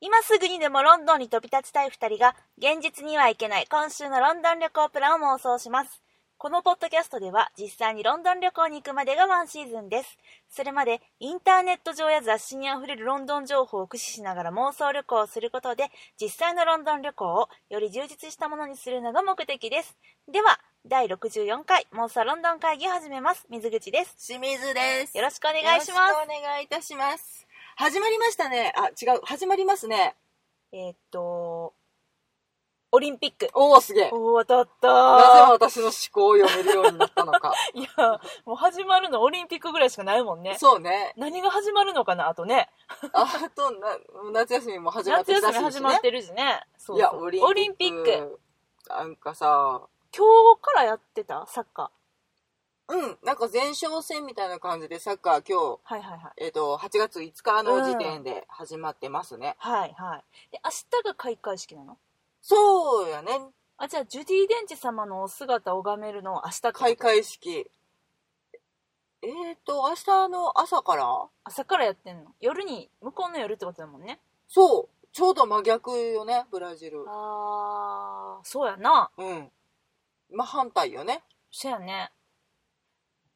今すぐにでもロンドンに飛び立ちたい二人が、現実には行けない今週のロンドン旅行プランを妄想します。このポッドキャストでは、実際にロンドン旅行に行くまでがワンシーズンです。それまで、インターネット上や雑誌にあふれるロンドン情報を駆使しながら妄想旅行をすることで、実際のロンドン旅行をより充実したものにするのが目的です。では、第64回妄想ロンドン会議を始めます。水口です。清水です。よろしくお願いしよますろ。くお願いいたします。始まりましたね。あ、違う。始まりますね。えーっと、オリンピック。おお、すげえ。なぜおお、当たった私の思考を読めるようになったのか。いや、もう始まるのオリンピックぐらいしかないもん ね。そうね。何が始まるのかな、あとね。あとな、夏休みも始まって夏休きたみし、ね。始まってるしね。そうそういや、オリンピッオク。リンピック。。なんかさ、今日からやってたサッカー。うん、なんか前哨戦みたいな感じでサッカー今日、はいはいはい。えっ、と、8月5日の時点で始まってますね。はいはい。で、明日が開会式なのそうやね。あ、じゃあ、ジュディ・デンチ様のお姿を拝めるのは明日か。開会式。えっ、と、明日の朝から朝からやってんの。夜に、向こうの夜ってことだもんね。そう。ちょうど真逆よね、ブラジル。あー、そうやな。うん。まあ反対よね。そやね。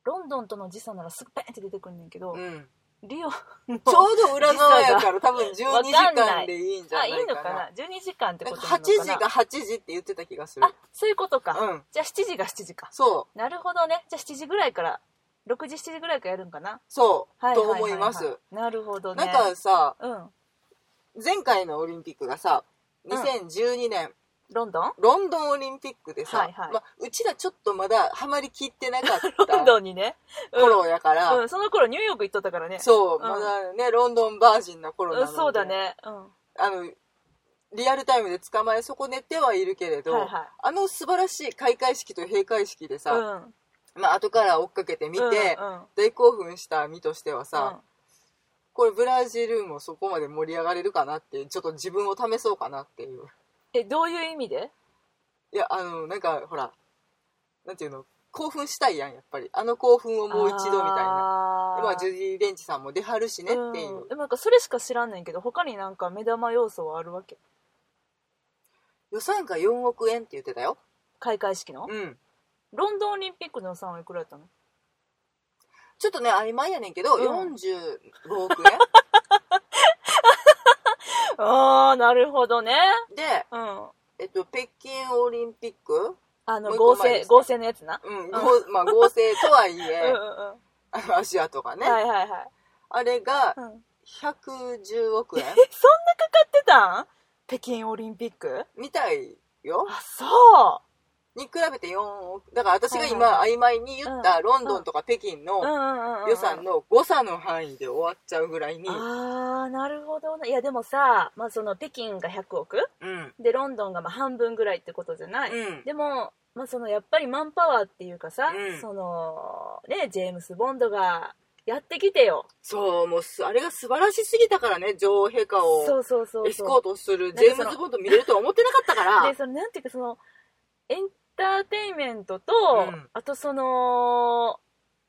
ロンドンとの時差ならすぐペンって出てくんねんけど、うん。リオのちょうど裏側やから多分12時わかんな間いでいいんじゃあ、ないいかな。いのかな ?12 時間ってなんこかとなのかな8時が8時って言ってた気がするあ。、そういうことか。うん。じゃあ7時が7時か。そう。なるほどね。じゃあ7時ぐらいから、6時7時ぐらいからやるんかなそう。はいはとは思はいます。。なるほどね。なんかさ、うん。前回のオリンピックがさ、うん2012年、ロンドンロンドンオリンピックでさ、はいはいまあ、うちらちょっとまだハマりきってなかっ ロンたドンにね。うん頃やから、うん、その頃ニューヨーク行っとったからね。そう、んまだね、ロンドンバージンな頃なうのんで、そうだね。うん。あのリアルタイムで捕まえ損ねてはいるけれど、はいはいあの素晴らしい開会式と閉会式でさ、うん。まあ後から追っかけてみて、うんうん大興奮した身としてはさ、うんこれブラジルもそこまで盛り上がれるかなってちょっと自分を試そうかなっていうえ、どういう意味でいやあのなんかほらなんていうの興奮したいやんやっぱりあの興奮をもう一度みたいなな今ジュディ・デンチさんも出はるしねっていう、ん、でもなんかそれしか知らんねんけど他になんか目玉要素はあるわけ予算が4億円って言ってたよ開会式の、うんロンドンオリンピックの予算はいくらやったのちょっとね曖昧やねんけど、うん45億円ああなるほどねで、うんえっと、北京オリンピック、あのもう合一個成前ですね合成のやつな、うん合まあ、合成とはいうんうえんうんあ の足跡がね、はいはいはい、あれがうん、 110億 え円そんなかかってたん北京オリンピックみたいよあそに比べて4億だから私がは今曖昧に言っうたロンドンとか北京う、うんのうんうんうんうん、予算の誤差の範囲で終わっちゃうぐらいに、ああなるほどねいやでもさ、まあ、その北京が100億うんでロンドンがまあ半分ぐらいってことじゃない、うんでも、まあ、そのやっぱりマンパワーっていうかさ、うんそのねジェームス・ボンドがやってきてよそうもうすあれが素晴らしすぎたからね女王陛下そをうそうそうそうエスコートするなんジェかそのームズ・ボンド見れるとは思ってなかったからでそのなんていうかそのエンターテインメントと、うんあとその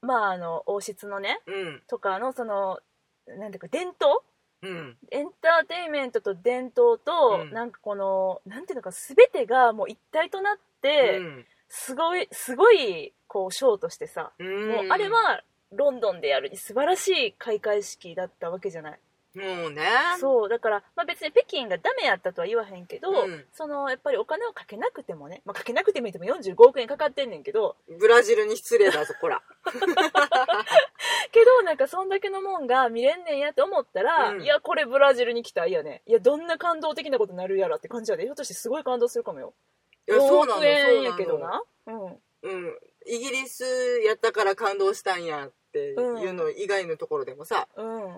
まああの王室のねうんとかのそのなんていうか伝統うんエンターテインメントと伝統と、うんなんかこのなんていうのか全てがもう一体となって、うんすごいすごいこうショーとしてさ、もうあれはロンドンでやるに素晴らしい開会式だったわけじゃないもうねそうだから、まあ、別に北京がダメやったとは言わへんけど、うんそのやっぱりお金をかけなくてもね、まあ、かけなくてもいいとも45億円かかってんねんけどブラジルに失礼だぞこ らけどなんかそんだけのもんが見れんねんやって思ったら、うんいやこれブラジルに来たいやねいやどんな感動的なことになるやらって感じやでひょっとしてすごい感動するかもよいやそう4なの億円やそうのけどなうんうんイギリスやったから感動したんやっていうの以外のところでもさ、うん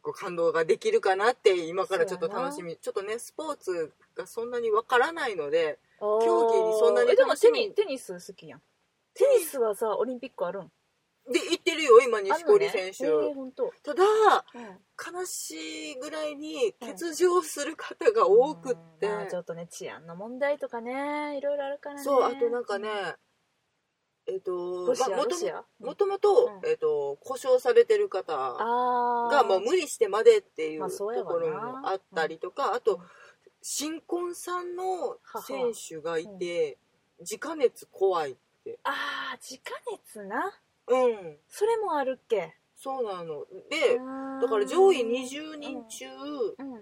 こう感動ができるかなって今からちょっと楽しみちょっとねスポーツがそんなにわからないので競技にそんなにあーえでも楽テしみニテニス好きやんテニスはさオリンピックあるんで行ってるよ今あ錦の織ね選手、えーほんとただうん悲しいぐらいに欠場する方が多くって、うんまあちょっとね治安の問題とかねいろいろあるからねそうあとなんかねえっ、とロシアまあもロとシアももともとうんえっ、と故障されてる方あがもう無理してまでっていうまあとこそうやわなろもあったりとかうあんと新婚さんの選手がいて直熱怖いってあー直熱なうんそれもあるっけそうなのでだだから上位20人中うん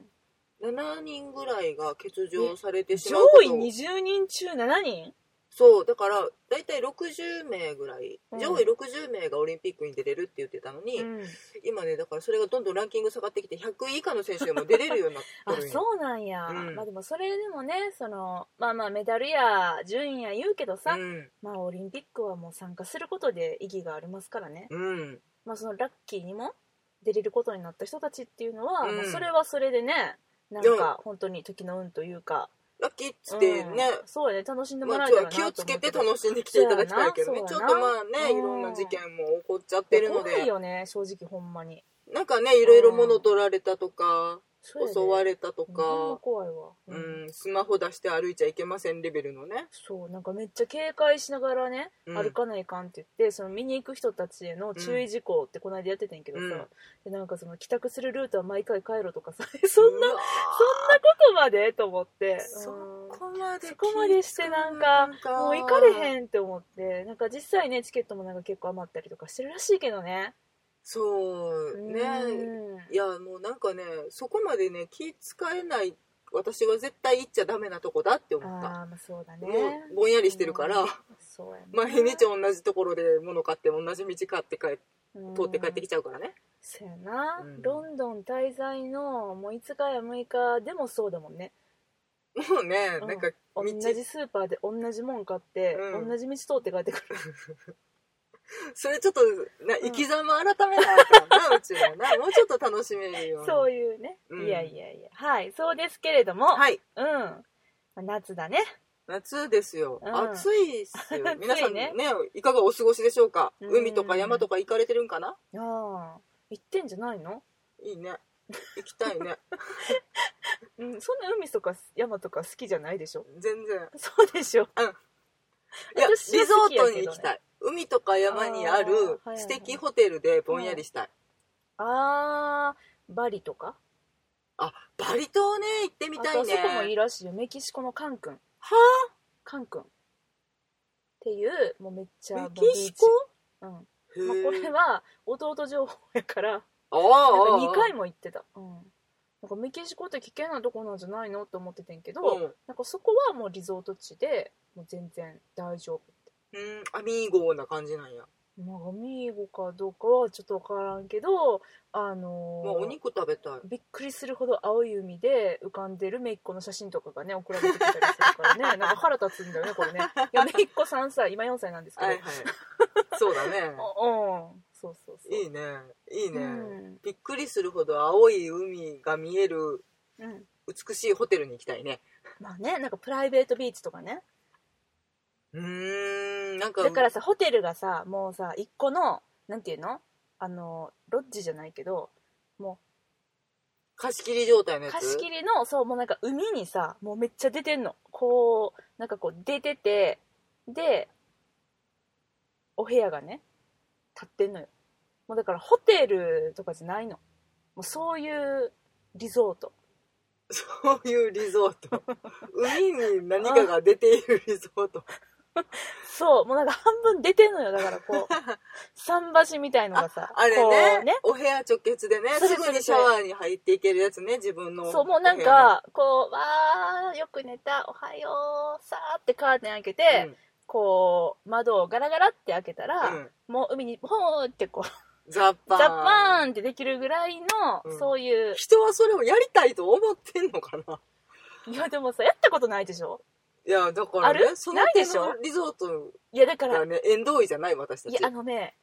7人ぐらいが欠場されてし上まうこと位20人中7人そうだから大体60名ぐらいうん上位60名がオリンピックに出れるって言ってたのに、うん今ねだからそれがどんどんランキング下がってきて100位以下の選手でも出れるようにな あってるんよそうなんや、うんまあでもそれでもねそのまあまあメダルや順位や言うけどさ、うんまあオリンピックはもう参加することで意義がありますからね、うんまあそのラッキーにも出れることになった人たちっていうのは、うんまあそれはそれでねなんか本当に時の運というか、ラッキーっつってうんね、そうやね楽しんでもまらあ、えちたょらっなとと気思うけどをつけて楽しんできていただきたいけどねそうちやょっなとまあねうんいろんな事件も起こっちゃってるの怖いでよね正直ほんまになんかねいろいろ物取られたとか襲われれたとほんまか、怖いわ、う、ん、スマホ出して歩いちゃいけませんレベルのねそうなんかめっちゃ警戒しながらね、うん歩かないかんって言ってその見に行く人たちへの注意事項ってこの間やってたんやけどさ、うんでなんかその帰宅するルートは毎回帰ろとかさ そんなうわことまでと思ってーそうんこまでそこまでしてなんかもう行かれへんって思ってなんか実際ねチケットもなんか結構余ったりとかしてるらしいけどねそうねうんいやもうなんかねそこまでね気使えない私は絶対行っちゃダメなとこだってあー思ったまあそうだねもうぼんやりしてるから、うんそうやね毎日同じところで物買って同じ道買って帰っ通って帰ってきたちゃうからねそうやな、うんロンドン滞在のもう5日や6日でもそうだもんねもうねうんなんか道同じスーパーで同じもん買って、うん同じ道通って帰ってくるそれちょっとな生き様改めないとなうちら なもうちょっと楽しめるようなそういうね、うんいやいやいやはいそうですけれども、はいうんまあ夏だね夏ですよ、うん暑いっす よ暑いね皆さんねいかがお過ごしでしょうかうん海とか山とか行かれてるんかなああ行ってんじゃないのいいね行きたいね うんそんな海とか山とか好きじゃないでしょ 全然そうでしょいや、リ私はゾ好きーやけどトねに行きたい。海とか山にああーはいるはい素敵ホテルでぼんやりしたい。あーバリとかあ、バリ島ね、行ってみたいあとあそこもいいね。らしいよメキシコのカン君はカン君っていうもうめっちゃあメもうキシコビーチうんへまあ、これーは弟情報やからあなーんあかー、 2回も行ってた、うん、なんかメキシコって危険なとこなんじゃないのって思っててんけど、うんなんかそこはもうリゾート地でもう全然大丈夫ってうん、アミーゴな感じなんや。まあミーゴかどうかはちょっと分からんけどあのーまあ、お肉食べたい。びっくりするほど青い海で浮かんでるめいっ子の写真とかがね送られてきたりするから ねなんか腹立つんだよねこれねいやめいっ子3歳今4歳なんですけど、はいはい。 そうだ ね。おうんそうそうそういいね。いいね。うんびっくりするほど青い海が見えるうん、美しいホテルに行きたいね。まあねなんかプライベートビーチとかねうーん、なんか、だからさホテルがさもうさ一個のなんていうのあのロッジじゃないけど貸し切り状態のやつ。貸し切りのそうもうなんか海にさもうめっちゃ出てんのこうなんかこう出ててでお部屋がね立ってんのよもうだからホテルとかじゃないのもうそういうリゾートそういうリゾー ト。海に何かが出ているリゾート。そうもうなんか半分出てんのよだから こう桟橋みたいのがさあれこねうねお部屋直結でね、そうすですぐにシャワーに入っていけるやつね、自分の。そう、もうなん、か、こう、わー、よく寝た、おはよう、さーってカーテン開けて、うん、こう、窓をガラガラって開けたら、うんもう海に、ほーってこう、ザッパザーン。ッパーンってできるぐらいの、うんそういう、人はそれをやりたいと思ってんのかないや、でもさ、やったことないでしょいや、だからあね、るそのない手でしょのリゾートいや、だから、がいね、縁遠いじゃない、私たちや、。あのね、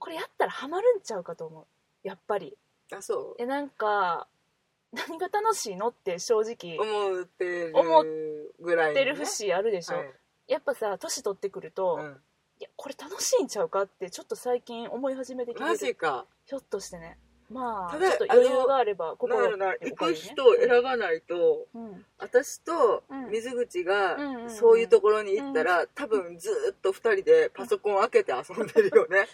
これやったらハマるんちゃうかと思う。やっぱり。あ、そいや、なんか、何が楽しいのって正う。直言思ってる思っぐらいのね。ってる節あるでしょ、はいやっぱさ、年取ってくると、うんいや、これ楽しいんちゃうかって、ちょっと最近思い始めてきてマるジか。ひょっとしてね。まあたちょだっと余裕があればだから心なお行金くね人を選ばないとうん私とうん水口うんうんうんがそういうところに行ったら、多分ずーっと2人でパソコン開けて遊んでる よね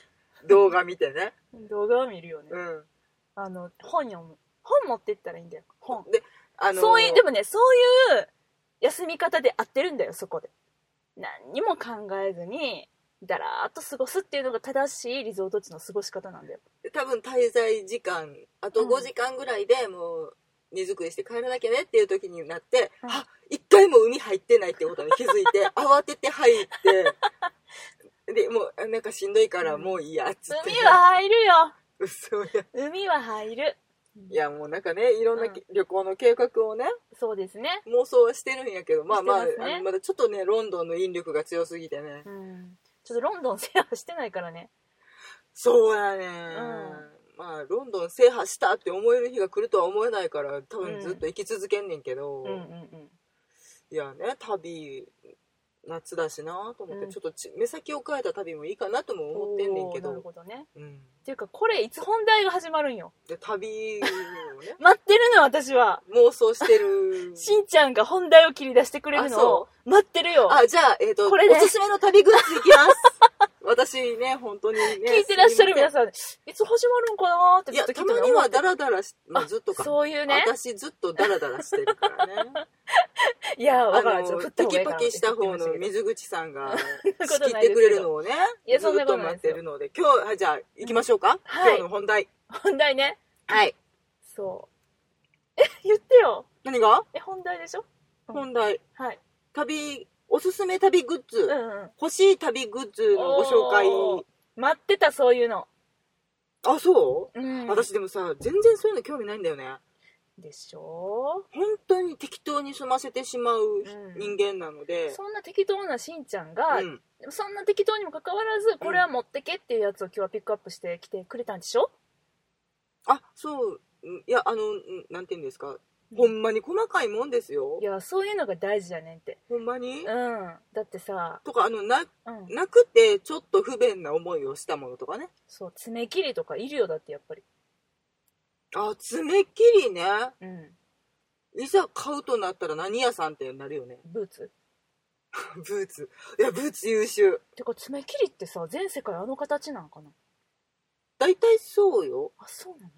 動画見てね、動画を見るよね、うん、あの本読む本持ってったらいいんだよ本であのそういうでもねそういう休み方で合ってるんだよそこで何にも考えずにだらーっと過ごすっていうのが正しいリゾート地の過ごし方なんだよ多分滞在時間あとうん5時間ぐらいでもう荷造りして帰らなきゃねっていう時になって、うんあ一回もウニ入ってないってことに気づい て慌てて入ってでもうなんかしんどいからもういいやっつって、海は入るよ嘘や海は入るいやもうなんかねいろんなけ、旅行の計画をねそうですね妄想はしてるんやけどまあまあしてますねあのまだちょっとねロンドンの引力が強すぎてねうんちょっとロンドン制覇してないからねそうやね、まあロンドン制覇したって思える日が来るとは思えないから多分ずっと生き続けんねんけど、うんうんうんいやね旅夏だしなと思って、うんちょっとち目先を変えた旅もいいかなとも思ってんねんけおーどなるほどねうん、っていうかこれいつ本題が始まるんよで旅をね 待ってるの私は妄想してるしんちゃんが本題を切り出してくれるあのをそ待ってるよあじゃあ、えっとこれでおすすめの旅グッズいきます 私ね本当にね聞いてらっしゃる皆すさん、いつ始まるんかなーっていずっまとせ聞いてんいやたまにはダラダラし、まあ、あずっとかそういうね。私ずっとダラダラしてるからねいや、 わあからん。ちょっと振のった方がいいかテキパなキした方って言のってまし水口さんがなこ仕と切ないっですけどてくれるのをねいやずそんなっこととない待でっすてよるので今日あじゃあ行きましょうか、はい今日の本題たけど本題ね。はいそう。え、 言ってよ。何がえ、本題でしょうん本題はい。旅おすすめ旅グッズ、うんうん。欲しい旅グッズのご紹介おー待ってた、そういうの。あそう、うん。私でもさ全然そういうの興味ないんだよねでしょ本当に適当に済ませてしまううん人間なので、そんな適当なしんちゃんが、うんそんな適当にもかかわらず、これは持ってけっていうやつを今日はピックアップしてきてくれたんでしょあそううんいやあのうんなんて言うんですかほんまに細かいもんですよいや、そういうのが大事やねんって。ほんまに、うん。だってさ、とかあのなうん。なくてちょっと不便な思いをしたものとかねそう、爪切りとかいるよ、だってやっぱり。あ爪切りねうん。いざ買うとなったら何屋さんってなるよねブーツブーツいやブーツ優秀てか爪切りってさ全世界あの形なんかな大体そうよあそうなの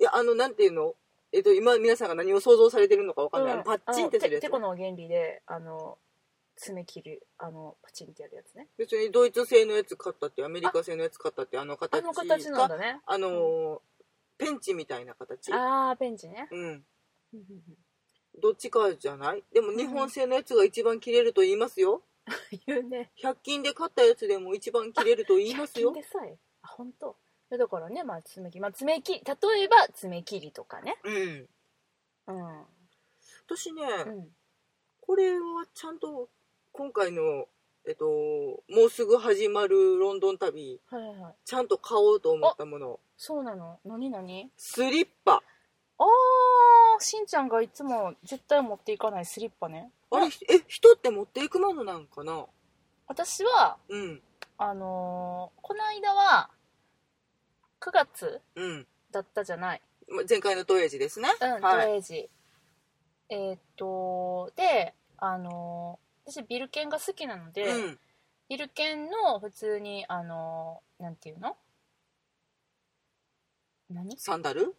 いやあのなんていうのえっと今皆さんが何を想像されてるのかわかんない、あうのんパッチンってすあのるてやてつこの原理であの爪切るあのパチンってやるやつね別にドイツ製のやつ買ったってアメリカ製のやつ買ったってあの形あがの形なんだねあのーペンチみたいな形あーペンチねうんうんうんうんどっちかじゃないでも日本製のやつが一番切れると言いますよ言うね100均で買ったやつでも一番切れると言いますよ100均でさえあ本当いやだからねまあ爪切り、まあ、爪切り例えば爪切りとかねうんうん、私ね、うん、これはちゃんと今回のえっともうすぐ始まるロンドン旅はいはいはいちゃんと買おうと思ったものそうなの何何スリッパあーしんちゃんがいつも絶対持っていかないスリッパねあれ、え、人って持っていくものなんかな私はうん、あのーこの間は9月うん。だったじゃない、ま前回のトエジですね。うんはい。イジえーっとであのー私ビルケンが好きなので、うん。ビルケンの普通にあのーなんていうの何サンダル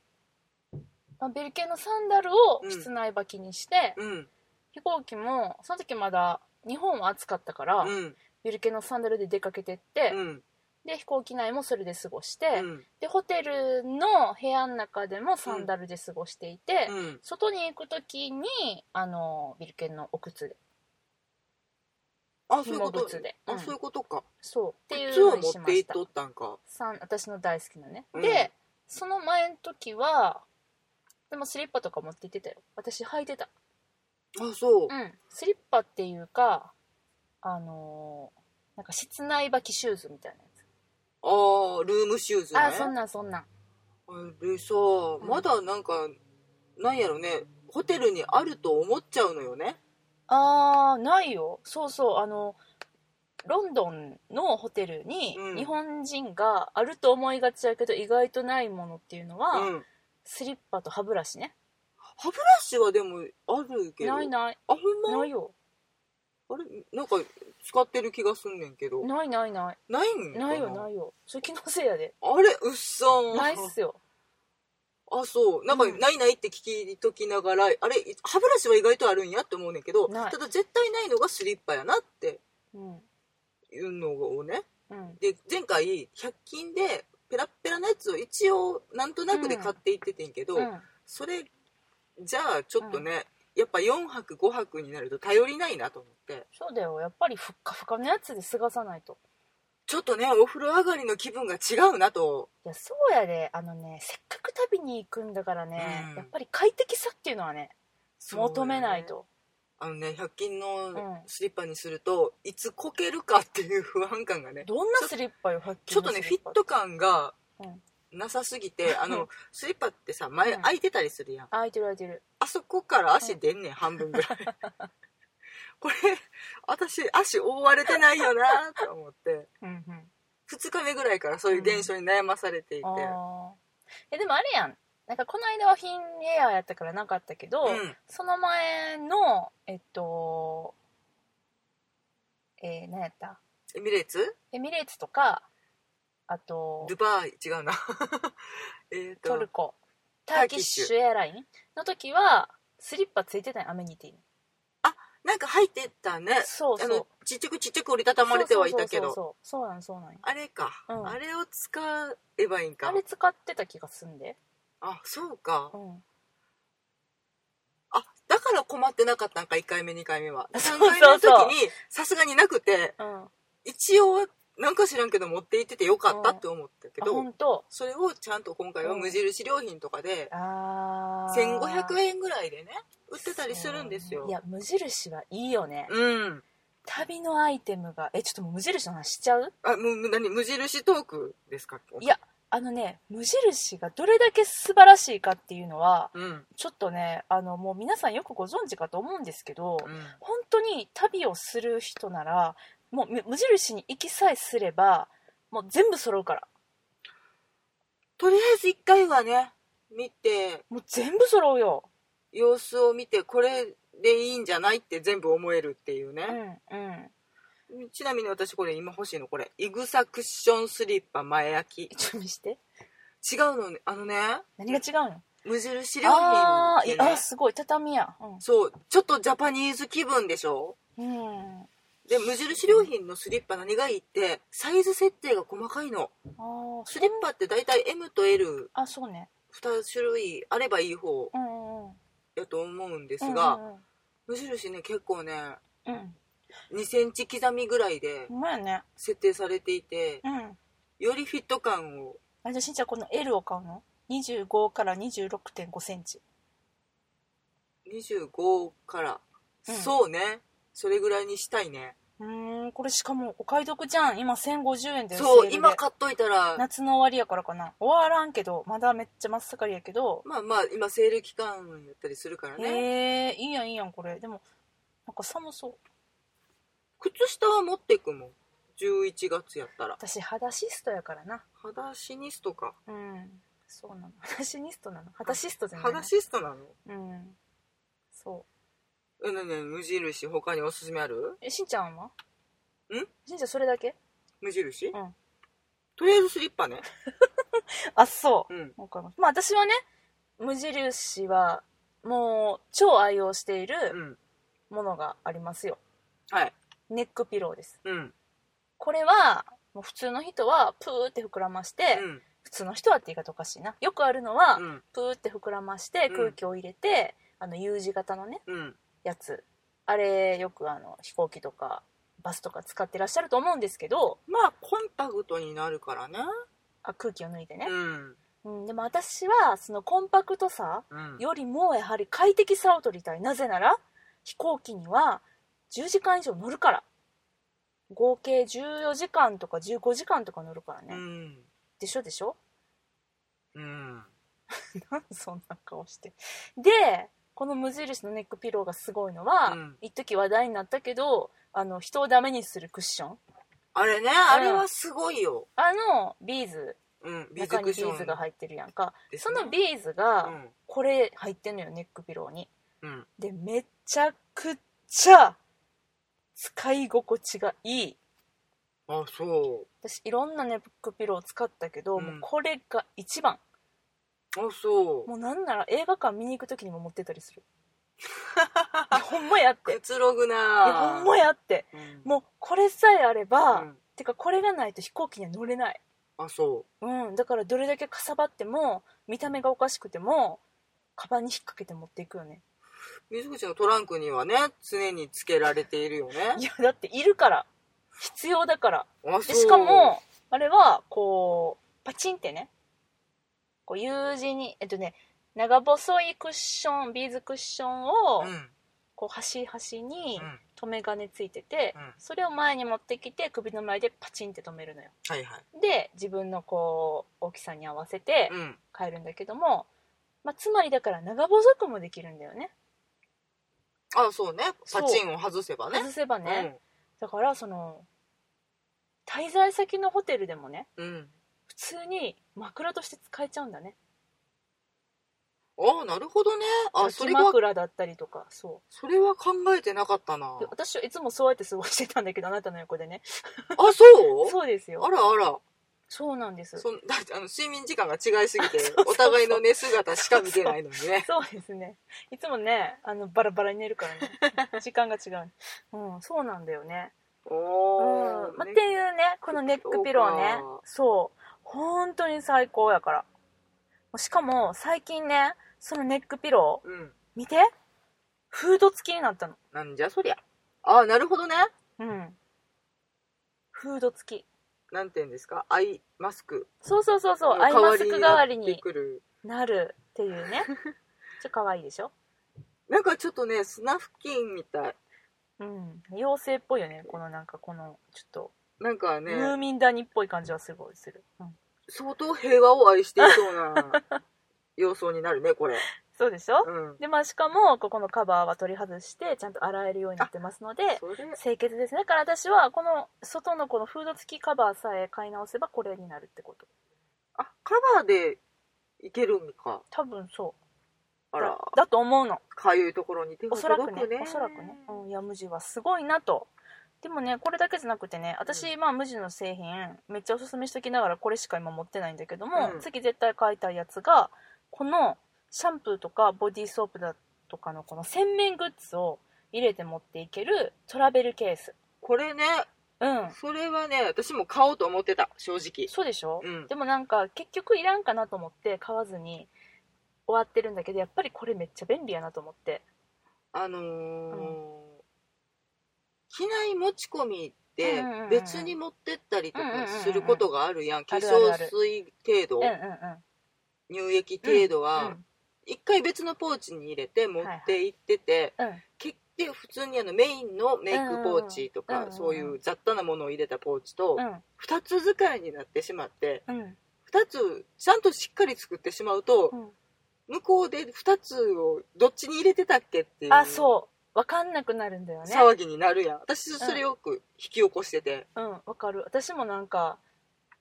あビルケンのサンダルをうん室内履きにして、うん。飛行機もその時まだ日本は暑かったから、うん。ビルケンのサンダルで出かけてって、うん。で飛行機内もそれで過ごして、うん。でホテルの部屋の中でもサンダルで過ごしていて、うん。外に行く時にあのビルケンのお靴であ、そういう紐こと靴。でうあ、んそういうことか。そうっていう靴のをに持しっまていしったとったんか。さん私の大好きなね、うんでその前の時はでもスリッパとか持って行ってたよ私履いてたあ、そうう。んスリッパっていうかあのーなんか室内履きシューズみたいなやつ、ああ、ルームシューズね。あーそんなんそんなんあれさ、まだなんか、なんやろね、ホテルにあると思っちゃうのよね。あーないよそうそうあのロンドンのホテルにうん日本人があると思いがちだけど意外とないものっていうのは、うん、スリッパと歯ブラシね歯ブラシはでもあるけどないないあほんまないよあれなんか使ってる気がすんねんけどないないないないんかなないよないよそれ気のせいやであれうっそーないっすよあそうなんか、うんないないって聞きときながらあれ歯ブラシは意外とあるんやって思うねんけどないただ絶対ないのがスリッパやなってうんいうのをねうんで前回100均でペラッペラのやつを一応なんとなくで買っていっててんけど、うんそれじゃあちょっとね、やっぱ4泊5泊になると頼りないなと思ってそうだよやっぱりふっかふかのやつで過ごさないとちょっとねお風呂上がりの気分が違うなといやそうやであのねせっかく旅に行くんだからね、うんやっぱり快適さっていうのはね求めないとあのね100均んのスリッパにすると、いつこけるかっていう不安感がねどんなスリッパよ発ちょっとねフィット感がうんなさすぎて、あうんのスリッパってさ前うん開いてたりするやん、あ開いてる開いてるあそこから足出んねん、半分ぐらいこれ私足覆われてないよなと思ってうんうん2日目ぐらいからそういう現象に悩まされていて、あーえでもあれやんなんかこの間はヒンエアーやったからなかったけど、うんその前のえっとえー、何やったエミレーツエミレーツとかあとドゥバイ違うな えっとトルコタターーキキッッシシュュエアラインの時はスリッパついてたんよアメニティになんか入ってたねそうそあうのちっちゃくちっちゃく折りたたまれてはいたけどそうそうそうそうそうなんそうなんよあれか、うんあれを使えばいいんかあれ使ってた気がすんで、あそうかうん、あだから困ってなかったんか1回目2回目は そうそ3う回目の時にさすがになくてうん、あ一応なんか知らんけど持って行っててよかったって思ったけど、本当それをちゃんと今回は無印良品とかであー1500円ぐらいでね売ってたりするんですよいや無印はいいよね、うん旅のアイテムがえちょっともう無印の話しちゃうあむむ何無印トークですかいやあのね無印がどれだけ素晴らしいかっていうのはうん、うん、ちょっとねあのもう皆さんよくご存知かと思うんですけど本当に旅をする人ならもうむ無印に行きさえすればもう全部揃うからとりあえず1回はね見てもう全部揃うよ様子を見てこれでいいんじゃないって全部思えるっていうね、うんうんちなみに私これ今欲しいのこれイグサクッションスリッパ前焼きちょっと見して違うのねあのね何が違うの無印良あ品あでーいねあすごい畳やそうちょっとジャパニーズ気分でしょうん、うん、で無印良品のスリッパ何がいいってサイズ設定が細かいのああスリッパって大体 M と L2 あそうね種類あればいい方うんうんうんやと思うんですうんが、うん無印ね結構ねうんうん2センチ刻みぐらいでほんまやね設定されていてうんよりフィット感をあじゃあしんちゃんこの L を買うの25から2 6 5センチ25から、うんそうねそれぐらいにしたいねうーんこれしかもお買い得じゃん今1050円でそセうールで今買っといたら夏の終わりやからかな終わらんけどまだめっちゃ真っ盛りやけどまあまあ今セール期間やったりするからへねえいいやんいいやんこれでもなんか寒そう靴下は持ってくもん11月やったら私肌シストやからな肌シニストかうんそうなの 肌シニストなの肌シストじゃないの肌シストなのうんそうえなになに無印他におすすめあるえしんちゃんはんんしんちゃんそれだけ無印、んとりあえずスリッパねあそううんわかりますまあ私はね無印はもう超愛用しているうんものがありますよはいネックピローですうんこれはもう普通の人はプーって膨らまして、うん普通の人はって言い方おかしいなよくあるのは、うんプーって膨らましてうん空気を入れて、あの U 字型のねうんやつあれよくあの飛行機とかバスとか使ってらっしゃると思うんですけどまあコンパクトになるからねあ空気を抜いてねう、んうん、でも私はそのコンパクトさうんよりもやはり快適さを取りたいなぜなら飛行機には10時間以上乗るから合計14時間とか15時間とか乗るからね、うんでしょでしょうんなんでそんな顔してでこの無印のネックピローがすごいのは、うん一時話題になったけどあの人をダメにするクッションあれね、あれはすごいよ。あのビーズうん、ビー中ズにクビッション。ーズが入ってるやんか、ですそねのビーズうがんこれ入ってんのよネックピローにうん、でめちゃくちゃ使い心地がいいあそ私いろんなネックピローを使ったけど、うんもうこれが一番うあそうもうなんなら映画館見に行く時にも持ってたりす るいやほんまやっていくつろやぐなほんまやってうんもうこれさえあれば、うんてかこれがないと飛行機には乗れないあそうんだからどれだけかさばっても見た目がおかしくてもカバンに引っ掛けて持っていくよねう水口のトランクにはね常につけられているよいねやだっているから必要だからあそでうしかもあれはこうパチンってねこう U 字にえっとね長細いクッションビーズクッションをうんこう端端にうん留め金ついてて、うんそれを前に持ってきて首の前でパチンって留めるのよはいはいで自分のこう大きさに合わせてうん変えるんだけども、まあ、つまりだから長細くもできるんだよねあそうねそうパチンを外せばね外せばね、だからその滞在先のホテルでもねうん、うん、普通に枕として使えちゃうんだねあなるほどねあ抱そきれは枕だったりとかそそれは考えてなかったな うで私はいつもそうやって過ごしてたんだけどあなたの横でねあそうそうですよあらあらそうなんですそそんだってあの睡眠時間が違いすぎ てそうそうそうお互いの寝姿しか見てないのにね うですねいつもねあのバラバラに寝る からね時間が違ううんそうなんだよねおうお、ん、まあ、っていうねこのネックピローねそう本当に最高やからもうしかも最近ねそのネックピローうん見てフード付きになったのなんじゃそりゃあなるほどねうんフード付きなんて言うんですかアイマスクそうそうそうそうのアイ代わマりスにク代なわっりてにくるなるっていう ねちょっと可愛いでしょなんかちょっとねスナフキンみたいうん妖精っぽいよねこのなんかこのちょっとなんかムねーミン谷っぽい感じはすごいする、うん相当平和を愛していそうな 様相になるねこれ、そうでしょうん、でまあしかもここのカバーは取り外してちゃんと洗えるようになってますのでそれ清潔ですねだから私はこの外のこのフード付きカバーさえ買い直せばこれになるってことあカバーでいけるんか多分そうあらだだと思うのかゆいところに手おがそらく届ねくねおそらくね、うん、いや無地はすごいなとでもねこれだけじゃなくてね私、まあ無地の製品めっちゃおすすめしときながらこれしか今持ってないんだけども、うん次絶対買いたいやつがこのシャンプーとかボディーソープだとかのこの洗面グッズを入れて持っていけるトラベルケースこれねうんそれはね私も買おうと思ってた正直そうでしょ、うんでもなんか結局いらんかなと思って買わずに終わってるんだけどやっぱりこれめっちゃ便利やなと思ってあのー機内持ち込みってうんうんうん別に持ってったりとうんうんうんうかんすることがあるやん化あるある粧ある水程度うんうんうん乳液程度うはん一回別のポーチに入れて持って行ってて、うん結局普通にあのメインのメイクポーチとうんうんかうんそういう雑多なものを入れたポーチとうん2つ使いになってしまってうん2つちゃんとしっかり作ってしまうとうん向こうで2つをどっちに入れてたっけっていうあそうわかんなくなるんだよね騒ぎになるやん私それよく引き起こしてて、うんわかる私もなんか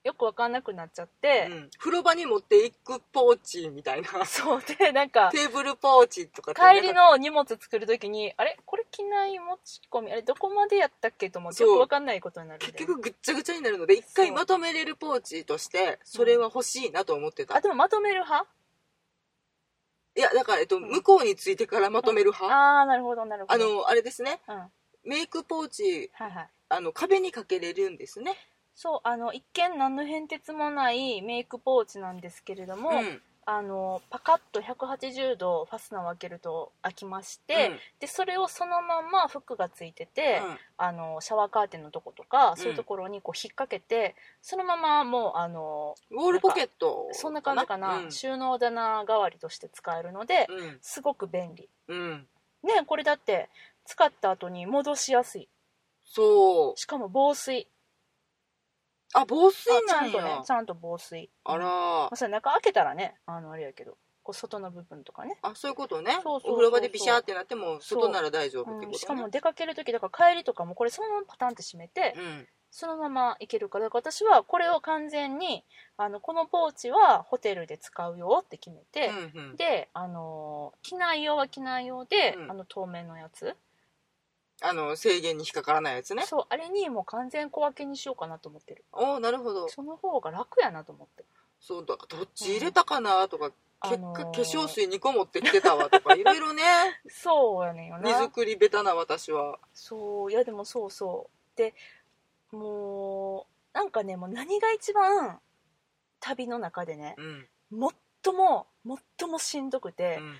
よくわかんなくなっちゃっうて、ん風呂場に持っていくポーチみ たいなそうでなんかテーブルポーチとかって帰りの荷物作るときにあれこれ機内持ち込みあれどこまでやったっけと思ってそうよくわかんないことになるんだよね結局ぐっちゃぐちゃになるので一回そうまとめれるポーチとしてそれは欲しいなと思ってた、あでもまとめる派いやだから、えっと、ん向こうについてからまとめる派、ああなるほどなるほあどのあれですねうんはメイクポーチいはいあの壁にかけれるんですねそうあの一見何の変哲もないメイクポーチなんですけれども、うんあのパカッと180度ファスナーを開けると開きまして、でそれをそのままフックがついてて、うんうんあのシャワーカーテンのとことか、んそういうところにこう引っ掛けてそのままもうあのウォールポケットそんな感じかな、うん収納棚代わりとして使えるので、うんすごく便利うんねこれだって使った後に戻しやすいそうしかも防水あ防水あちなゃんんとやねちゃんと防水あらまあ、それ中開けたらねあのあれやけどこう外の部分とかねあそういうことねそうそうそうお風呂場でビシャーってなってもそう外なら大丈夫ってことね、うんしかも出かける時だから帰りとかもこれそのままパタンって閉めて、うんそのまま行けるからだから私はこれを完全にあのこのポーチはホテルで使うよって決めて、うんうんであのー機内用は機内用で、うんあの透明のやつ、あの制限に引っかからないやつねそうあれにもう完全小分けにしようかなと思ってるおおなるほどその方が楽やなと思ってそうだどっち入れたかなとか、結あ果の化ー粧水2個持ってきてたわとかいろいろねそうやねんよ荷 な造りベタな私はそういやでもそうそうでもうなんかねもう何が一番旅の中でねうん最も最もしんどくうて、ん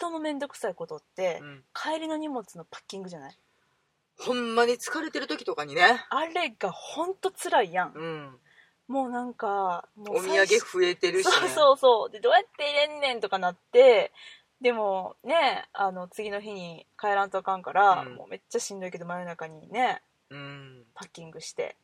最も面倒くさいことって、うん帰りの荷物のパッキングじゃないほんまに疲れてる時とかにねあれがほんと辛いやん、うんもうなんかもうお土産最初増えてるし、ね、そうそうそうでどうやって入れんねんとかなってでもねあの次の日に帰らんとあかんから、うんもうめっちゃしんどいけど真夜中にねうんパッキングして、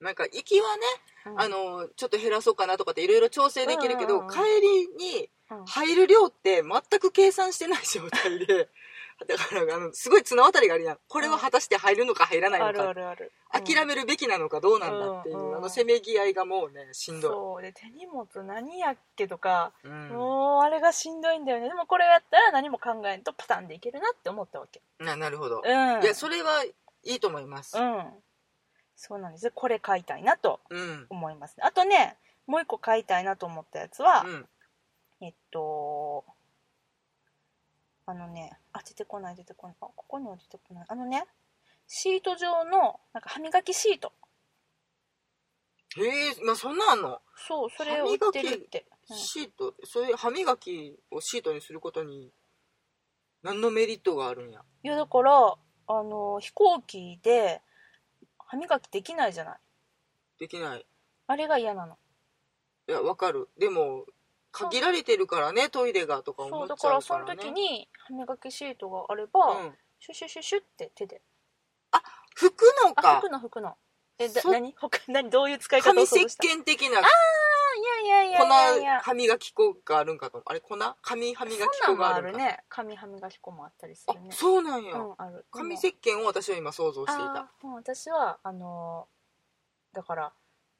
なんか行きはね、うんあのちょっと減らそうかなとかっていろいろ調整できるけど、うんうんうん帰りにうん入る量って全く計算してない状態で だからあのすごい綱渡りがあるやんこれは果たして入るのか入らないのあかるあるある諦めるべきなのかどうなんだっていう、うんうんあのせめぎ合いがもうねしんどそうで手荷物何やっけとか、い、うんもうあれがしんどいんだよねでもこれやったら何も考えんとパタンでいけるなって思ったわけななるほどう、んいやそれはいいと思いますうんそうなんですこれ買いたいなとうんうん思いますねあとねもう一個買いたいなと思ったやつは、えっとあのねあ出てこない出てこないあここには出てこないあのねシート状のなんか歯磨きシートへえまあそんなんあんの、そうそれを売ってるって、うんシートそういう歯磨きをシートにすることに何のメリットがあるんやいやだからあの飛行機で歯磨きできないじゃないできないあれが嫌なのいやわかるでもそう限られてるからねトイレがとかそ思うっだちかゃらうかそらのね時に歯磨きシートがあれば、うん、シュシュシュシュって手で服のあか服の服のえだそ何他何どういう使い方を紙想石像した鹸的なあいやいやいや粉いやいや歯磨き粉があるんかと思うあれ粉紙歯そ磨んきな粉んもがああるるんかね紙歯磨き粉もあったりすあるねそうなんや、うんある紙石鹸を私は今想像していたあーもう私はあのーだから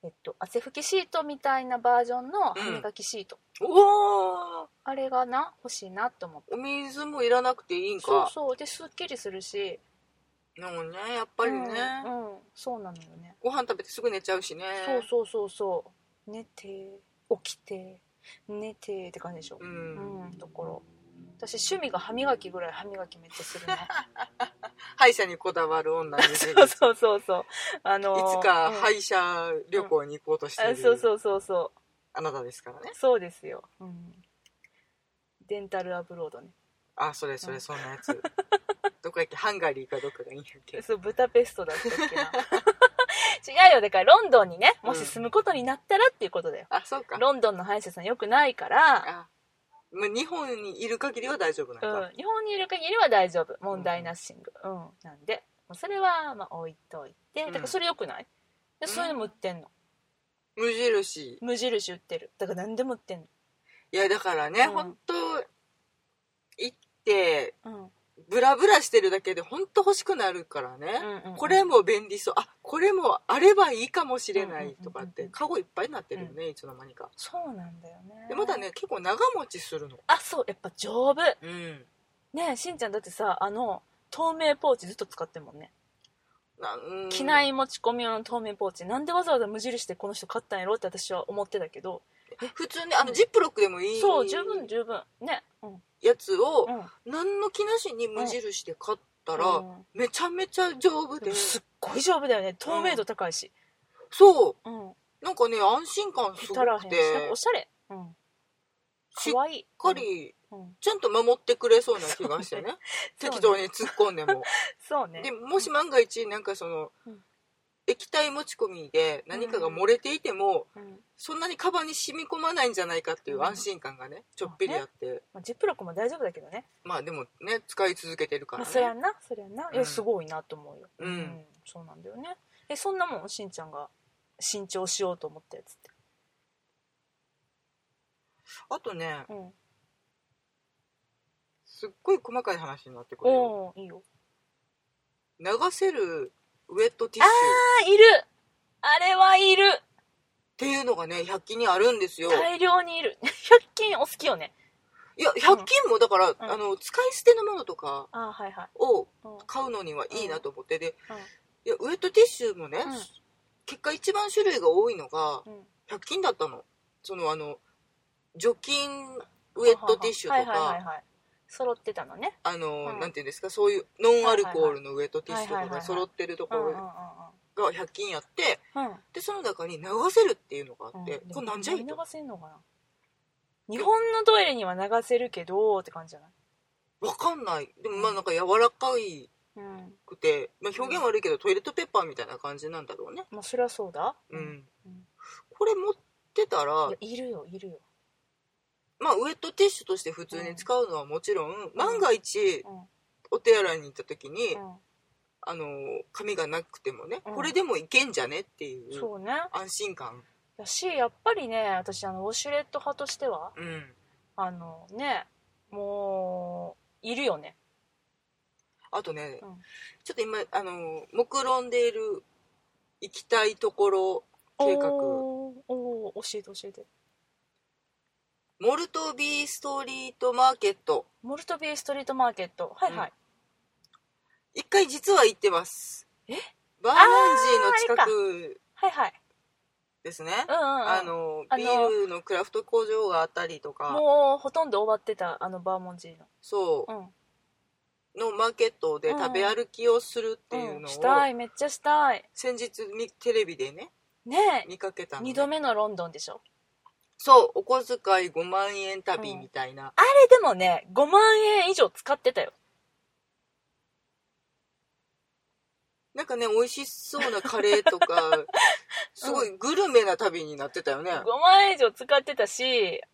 えっと汗拭きシートみたいなバージョンの歯磨きシート、おおあれがな欲しいなと思ってお水もいらなくていいんそうかそうですっきりするしでもねやっぱりね、うん、うんそうなのよね、ご飯食べてすぐ寝ちゃうしねそうそうそうそう寝て起きて寝てって感じでしょう、うんん、ところ私趣味が歯磨きぐらい歯磨きめっちゃする ね歯医者にこだわる女にね そうそうそうそうあのーいつかうん歯医者旅行に行こうとしていあそうるそうそうそうあなたですからねそうですよ、うん、デンタルアブロードねあそれそれそんなやつ どこやっけハンガリーかどっかがいいんやっけそうブダペストだったっけな 違うよだからロンドンにねもし住むことになったらっていうことだよ、あそうかロンドンの歯医者さんよくないから、あまあ日本にいる限りは大丈夫なうんだ、ん、日本にいる限りは大丈夫問題ナッシング、うんなんでもうそれはまあ置いといてだからそれよくないでそういうのも売ってんの無印無印売ってるだから何でも売ってんのいやだからね、うん本当行ってうん、うんブラブラしてるだけで本当欲しくなるからね、うんうんこれも便利そうあこれもあればいいかもしれうなんうんいうんうんとかってカゴいっぱいになってるよね、いつの間にかそうなんだよねでまだね結構長持ちするのあそうやっぱ丈夫うんねえしんちゃんだってさあの透明ポーチずっと使ってるもんね、なうん機内持ち込み用の透明ポーチなんでわざわざ無印でこの人買ったんやろって私は思ってたけど普通ねあのジップロックでもいいそう十分十分ねうんやつをうん何の気なしに無印で買ったら、うんめちゃめちゃ丈夫ででもすっごい丈夫だよね透明度高いしそうんうなんかね安心感す至ごらへんくしてなんかおしゃれうんしっかわいいしっかりうんちゃんと守ってくれそうな気がしてね そうね適当に突っ込んでも、そう ねでもし万が一なんかその、うん液体持ち込みで何かが漏れていても、うんそんなにカバンに染み込まないんじゃないかっていう安心感がねちょっぴりあって、まあジップロックも大丈夫だけどねまあでもね使い続けてるかまあらね、そりゃなそりゃないうやんすごいなと思うようんそうなんだよねえそんなもんしんちゃんが新調しようと思ったやつってあとねうんすっごい細かい話になってくるおよーいいよ流せるウェットティッシュっあいるあれはいるていうのがね100均にあるんですよ大量にいる 100均お好きよねいや100均もだから、んあの使い捨てのものとかあはいはい、をうんうん買うのにはいいなと思ってで、うんいやウエットティッシュもね、うん結果一番種類が多いのがうん100均だったのそのあの除菌ウエットティッシュとはいはいはいかはい揃ってたのねあうの、んなんていうんですかそういうノンアルコールのウエットティッシュとはかいはいがはい揃ってるとこうんうんうんろが100均やってうんでその中に流せるっていうのがあうっんて、でもこれなんじゃい流とせんのかな日本のトイレには流せるけどって感じじゃないわかんないでもまあなんか柔らかいうんくて、まあ、表現悪いけど、トイレットペーパーみたいな感じなんだろうねまあそりゃそうだうん、うんこれ持ってたらいやいるよいるよまあ、ウエットティッシュとして普通に使うのはもちろん、万が一うんお手洗いに行った時に、うあの紙がなくてもね、うんこれでもいけんじゃねっていんうそうね安心感、だしやっぱりね私あのウォシュレット派としてはうん、あのねもういるよねあとね、うんちょっと今あの目論んでいる行きたいところ計画おーおー教えて教えてモルトビーストリートマーケットモルトビーストリートマーケットはいはい、一回実は行ってますえバーモンジーの近くはいはいですねうんうん、うん、あのあのビールのクラフト工場があったりとかもうほとんど終わってたあのバーモンジーそう、ののマーケットで食べ歩きをするってうん、いううのん、をしたいめっちゃしたい先日みテレビでねねえ見かけたの2度目のロンドンでしょそうお小遣い5万円旅みたいな、あれでもね5万円以上使ってたよなんかね美味しそうなカレー とかすごいグルメな旅になってたよね、 5万円以上使ってたし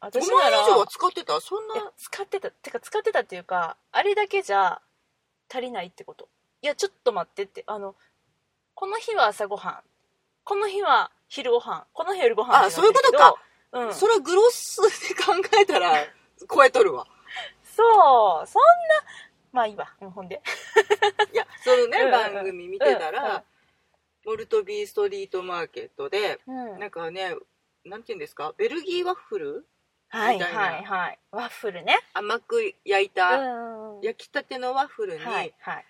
5私万なら円以上は使ってたそんいやな使ってたてか使ってたっていうかあれだけじゃ足りないってこといやちょっと待ってってあのこの日は朝ごはんこの日は昼ごはんこの日は夜ごはんあそういうことか、うん、それはグロスで考えた ら超えとるわそうそんなまあいいわ、うん、ほんでいやそのね、うんうんうん番組見てたら、モルトビーストリートマーケットでうん、うんなんかねなんていうんですかベルギーワッフルはいみたいなはいはいワッフルね甘く焼いた、うんうんうん焼きたてのワッフルに、はいはい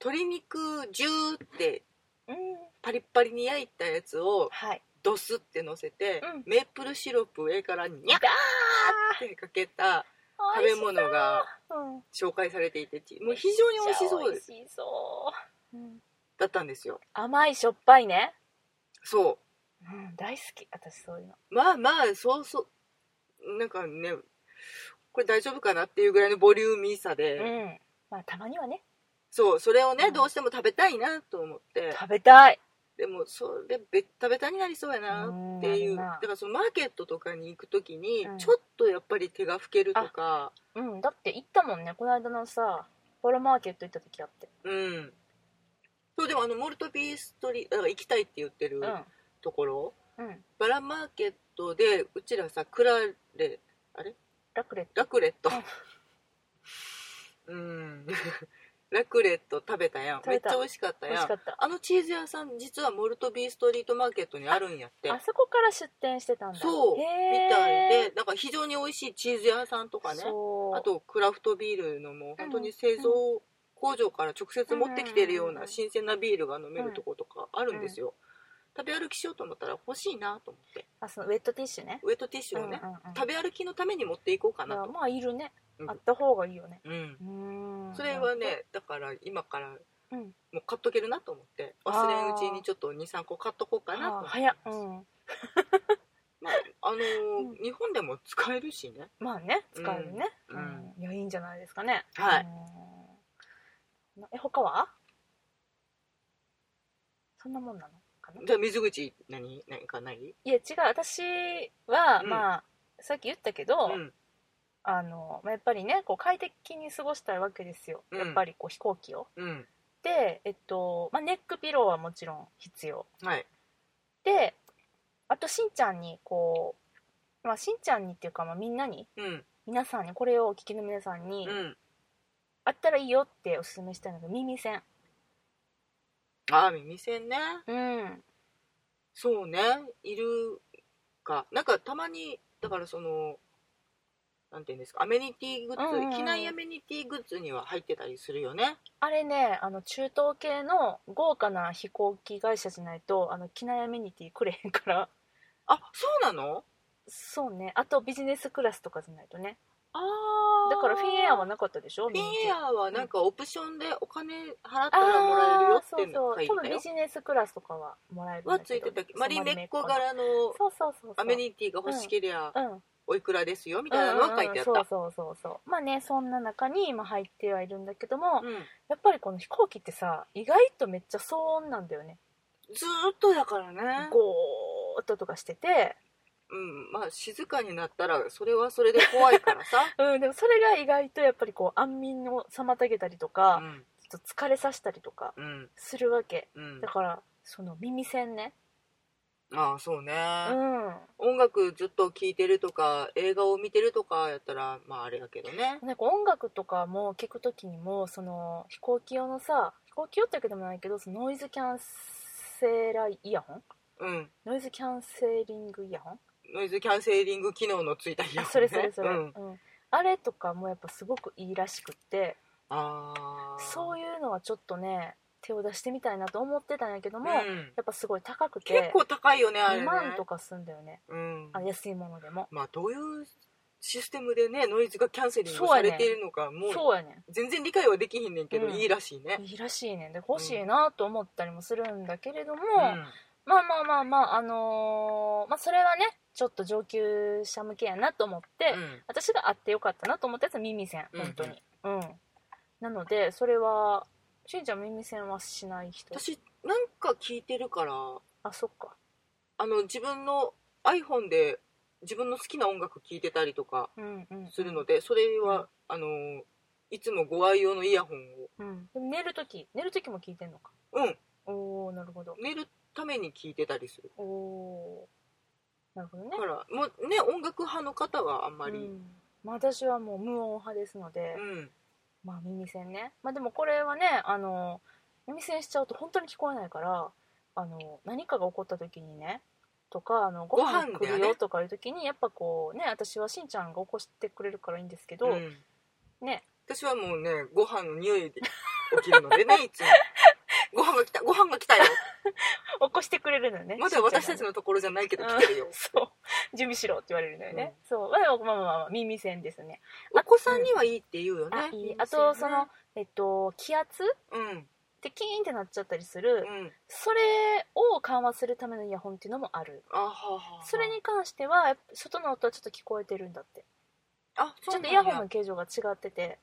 鶏肉ジューってうんパリッパリに焼いたやつをはいドスって乗せて、うんメープルシロップ上からニャッってかけた美食味べしそう物がうん紹介されていてちもう非常に美味しそうめっちゃ美味しそう、うん、だったんですよ甘いしょっぱいね、そうん、大好き私そういうのうまあまあそうそうなんかねこれ大丈夫かなっていうぐらいのボリューミーさで、うんまあたまにはねそうそれをね、うんどうしても食べたいなと思って食べたいでもそれべったべたになりそうやなっていううんなるなだからそのマーケットとかに行く時にうんちょっとやっぱり手が拭けるとか、うんだって行ったもんねこの間のさボロマーケット行った時あってうんそうでもあのモルトビーストリートだから行きたいって言ってるうんところ、うんバラマーケットでうちらさクラレラクレッラクレットうん ラクレット食べたやん食めっべちたゃ美味しかったトや美味しかんったあのチーズ屋さん実はモルトビーストリートマーケットにあるんやってあそこから出店してたんだそうみへーたいでなんか非常に美味しいチーズ屋さんとかねそうあとクラフトビールのもう本当に製造工場から直接持ってきてるよううんな新鮮なビールが飲めるとことかあるんですよ食べ歩きしようと思ったら欲しいなと思ってあそのウェットティッシュねウェットティッシュをねうんうんうん食べ歩きのために持っていこうかまなあとまあいるね、うんあった方がいいよねうんうんそれはねだから今からうんもう買っとけるなと思って忘れんうちにちょっと23個買っとこうかなとあ思って早っ、うん、まああのーうん日本でも使えるしねまあね使えるね、ううんんいやいいんじゃないですかねはいうんなえ他はそんなもんなのかなじゃあ水口何何かないいや違う私は、うんまあさっき言ったけど、うんあのまあやっぱりねこう快適に過ごしたいわけですよ、うんやっぱりこう飛行機をうんでえっと、まあ、ネックピローはもちろん必要はいであとしんちゃんにこう、まあ、しんちゃんにっていうか、まあ、みんなにうん皆さんにこれをお聞きの皆さんに、うんあったらいいよっておすすめしたいのが耳栓ああ耳栓ねうん。そうねいるかなんかたまにだからそのなんていうんですかアメニティグッズ、うんうんうん機内アメニティグッズには入ってたりするよねあれね、あの、中東系の豪華な飛行機会社じゃないと、あの、機内アメニティくれへんから。あそうなのそうね。あと、ビジネスクラスとかじゃないとね。あだから、フィンエアはフなかったでしょィンエアアはなんかオプションでお金払ったあらもらえるあよーってそいううのそが書う。多いて分、たビよジネスクラスとかはもらえるんだはけど。ついてたけそどうマリメッコ。マリ柄のそうそうそうそう。アメニティが欲しけりゃうん。おいくらですよみたいなのは書いてあった、うんうんうんそうそうそうそうまあねそんな中に今入ってはいるんだけども、うんやっぱりこの飛行機ってさ意外とめっちゃ騒音なんだよねずーっとだからねゴーッととかしてて、うんまあ静かになったらそれはそれで怖いからさ、うん、でもそれが意外とやっぱりこう安眠を妨げたりとか、うんちょっと疲れさせたりとかうんするわけうんだ、からその耳栓ねああそうね、うん音楽ずっと聴いてるとか映画を見てるとかやったらまああれやけどねなんか音楽とかも聞く時にもその飛行機用のさ飛行機用ってわけでもないけどそのノイズキャンセライヤホンうんノイズキャンセリングイヤホンノイズキャンセリング機能のついたりあそれそれそれ、ううんん、あれとかもやっぱすごくいいらしくってああそういいうのはちょっとね手を出してみたいなと思ってたんやけどうも、やん、っぱすごい高くて結構高いよねあれ2ね万とかすんだよねうんあ安いものでもまあどういうシステムでねノイズがキャンセリングされているのか、もうそうやね全然理解はできひんねんけど、うんいいらしいねんいいらしいねんで欲しいなと思ったりもするんだけれども、うんまあまあまあまああのーまあそれはねちょっと上級者向けやなと思って、うん私があってよかったなと思ったやつは耳栓うんうん本当にうん、なのでそれはしんちゃん耳栓はしない人私なんか聞いてるからあそっかあの自分の iPhone で自分の好きな音楽聞いてたりとかうんうんするのでそれは、うあのいつもご愛用のイヤホンをうんでも寝るとき寝るときも聞いてんのかうんおおなるほど寝るために聞いてたりするおおーなるほどねだからもうね音楽派の方はあんまり、ううんんまあ、私はもう無音派ですので、まあ耳栓ねまあでもこれはねあの耳栓しちゃうと本当に聞こえないからあの何かが起こった時にねとかあのご飯ご飯だ来よねるよとかいう時にやっぱこうね私はしんちゃんが起こしてくれるからいいんですけど、うんね私はもうねご飯の匂いで起きるの でねいつもご飯が来たご飯が来たよ起こしてくれるのよねまだ私しんたちゃんがねのところじゃないけど来てるよ、そう準備しろって言われるのよね、そうまあまあまあまあ耳栓ですねお子さんにはいいって言うよねあいいあとそのえっと気圧うんでキーンってなっちゃったりする、うんそれを緩和するためのイヤホンっていうのもあるあはあはあそれに関してはやっぱ外の音はちょっと聞こえてるんだってあちょそうっとなんイやヤホンの形状が違ってて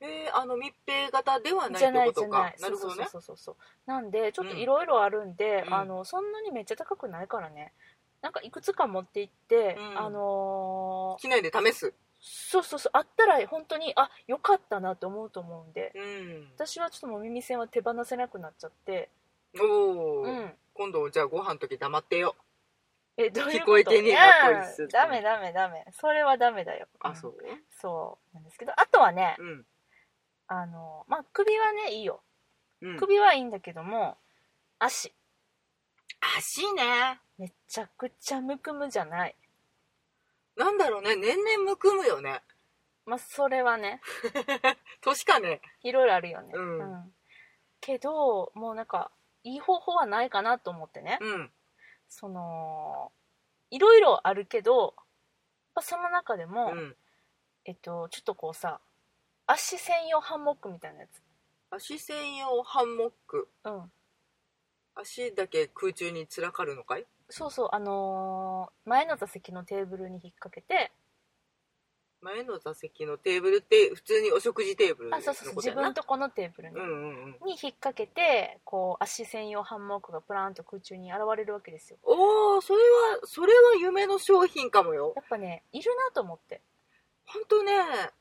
えー、あの密閉型ではないじゃなっいてこじゃとなかいなそるうほそうどそうねそうそうなんでちょっとうんいろいろあるんで、うんあのそんなにめっちゃ高くないからねなんかいくつか持って行って、うんあのー機内で試すそうそうそうあったら本当にあ良かったなと思うと思うんでうん私はちょっともう耳栓は手放せなくなっちゃっておお、うん今度じゃあご飯の時黙ってよえどういうこ聞とこえてねえなうんこいつダメダメダメそれはダメだよあそううんそうなんですけどあとはねうん、あのまあ首はねいいようん、首はいいんだけども足足ねめちゃくちゃむくむじゃないなんだろうね年々むくむよねまあそれはね年かねいろいろあるよねうんけどもうなんかいい方法はないかなと思ってねうんそのいろいろあるけどやっぱその中でも、うんえっとちょっとこうさ足専用ハンモックみたいなやつ足専用ハンモックうん足だけ空中に散らかるのかいそうそうあのー前の座席のテーブルに引っ掛けて前の座席のテーブルって普通にお食事テーブルのあこそとうそうそうや自な分とこのテーブルね、うんうんうんに引っ掛けてこう足専用ハンモックがプランと空中に現れるわけですよおおそれはそれは夢の商品かもよやっぱねいるなと思って本当ね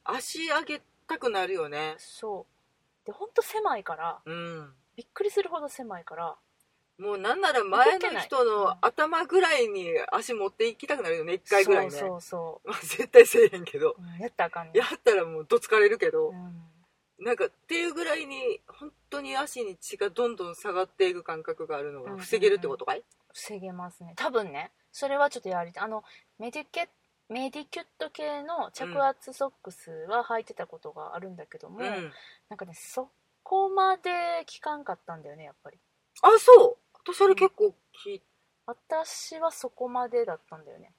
足上げたくなるよねそうでほんと狭いからうんびっくりするほど狭いからもうなんなら前の人動けないの頭ぐらいに足持っていきたくなるよね1回ぐらいねそうそうそまあ絶対せえへんけどう、うんやったらあかんねやったらもうどつかれるけど、うんなんかっていうぐらいに本当に足に血がどんどん下がっていく感覚があるうのんうんがうん防げるってことかい、防げますね多分ねそれはちょっとやりたいあのメディケメディキュット系の着圧ソックスは履いてたことがあるんだけども、うんなんかねそこまで効かんかったんだよねやっぱりあそう私あれ結構聞い私はそこまでだったんだよね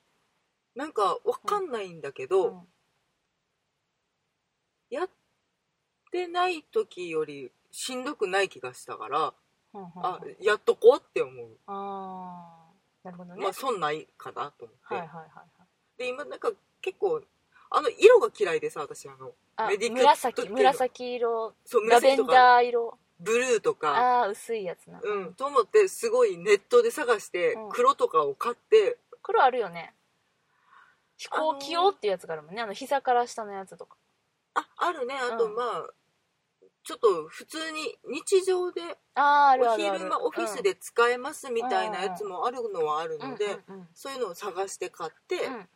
なんかわかんないんだけど、うんやってない時よりしんどくない気がしたから、うんうんうんあやっとこうって思う、あーなるほどね、まあ損ないかなと思っはて、いはいはいはいで今なんか結構あの色が嫌いでさ私あのあメディキュットって紫いうの紫色そうラベ紫とンかダー色ブルーとかああー薄いやつな、うん、と思ってすごいネットで探してうん黒とかを買って、黒あるよね飛行機用っていうやつがあるもんねあの膝から下のやつとかああるねあとうんまあ、ちょっと普通に日常でああーあるおあるある昼間オフィスで使えますみたいなやつもあるのはあるうんので、うんうんそういうのを探して買って、うん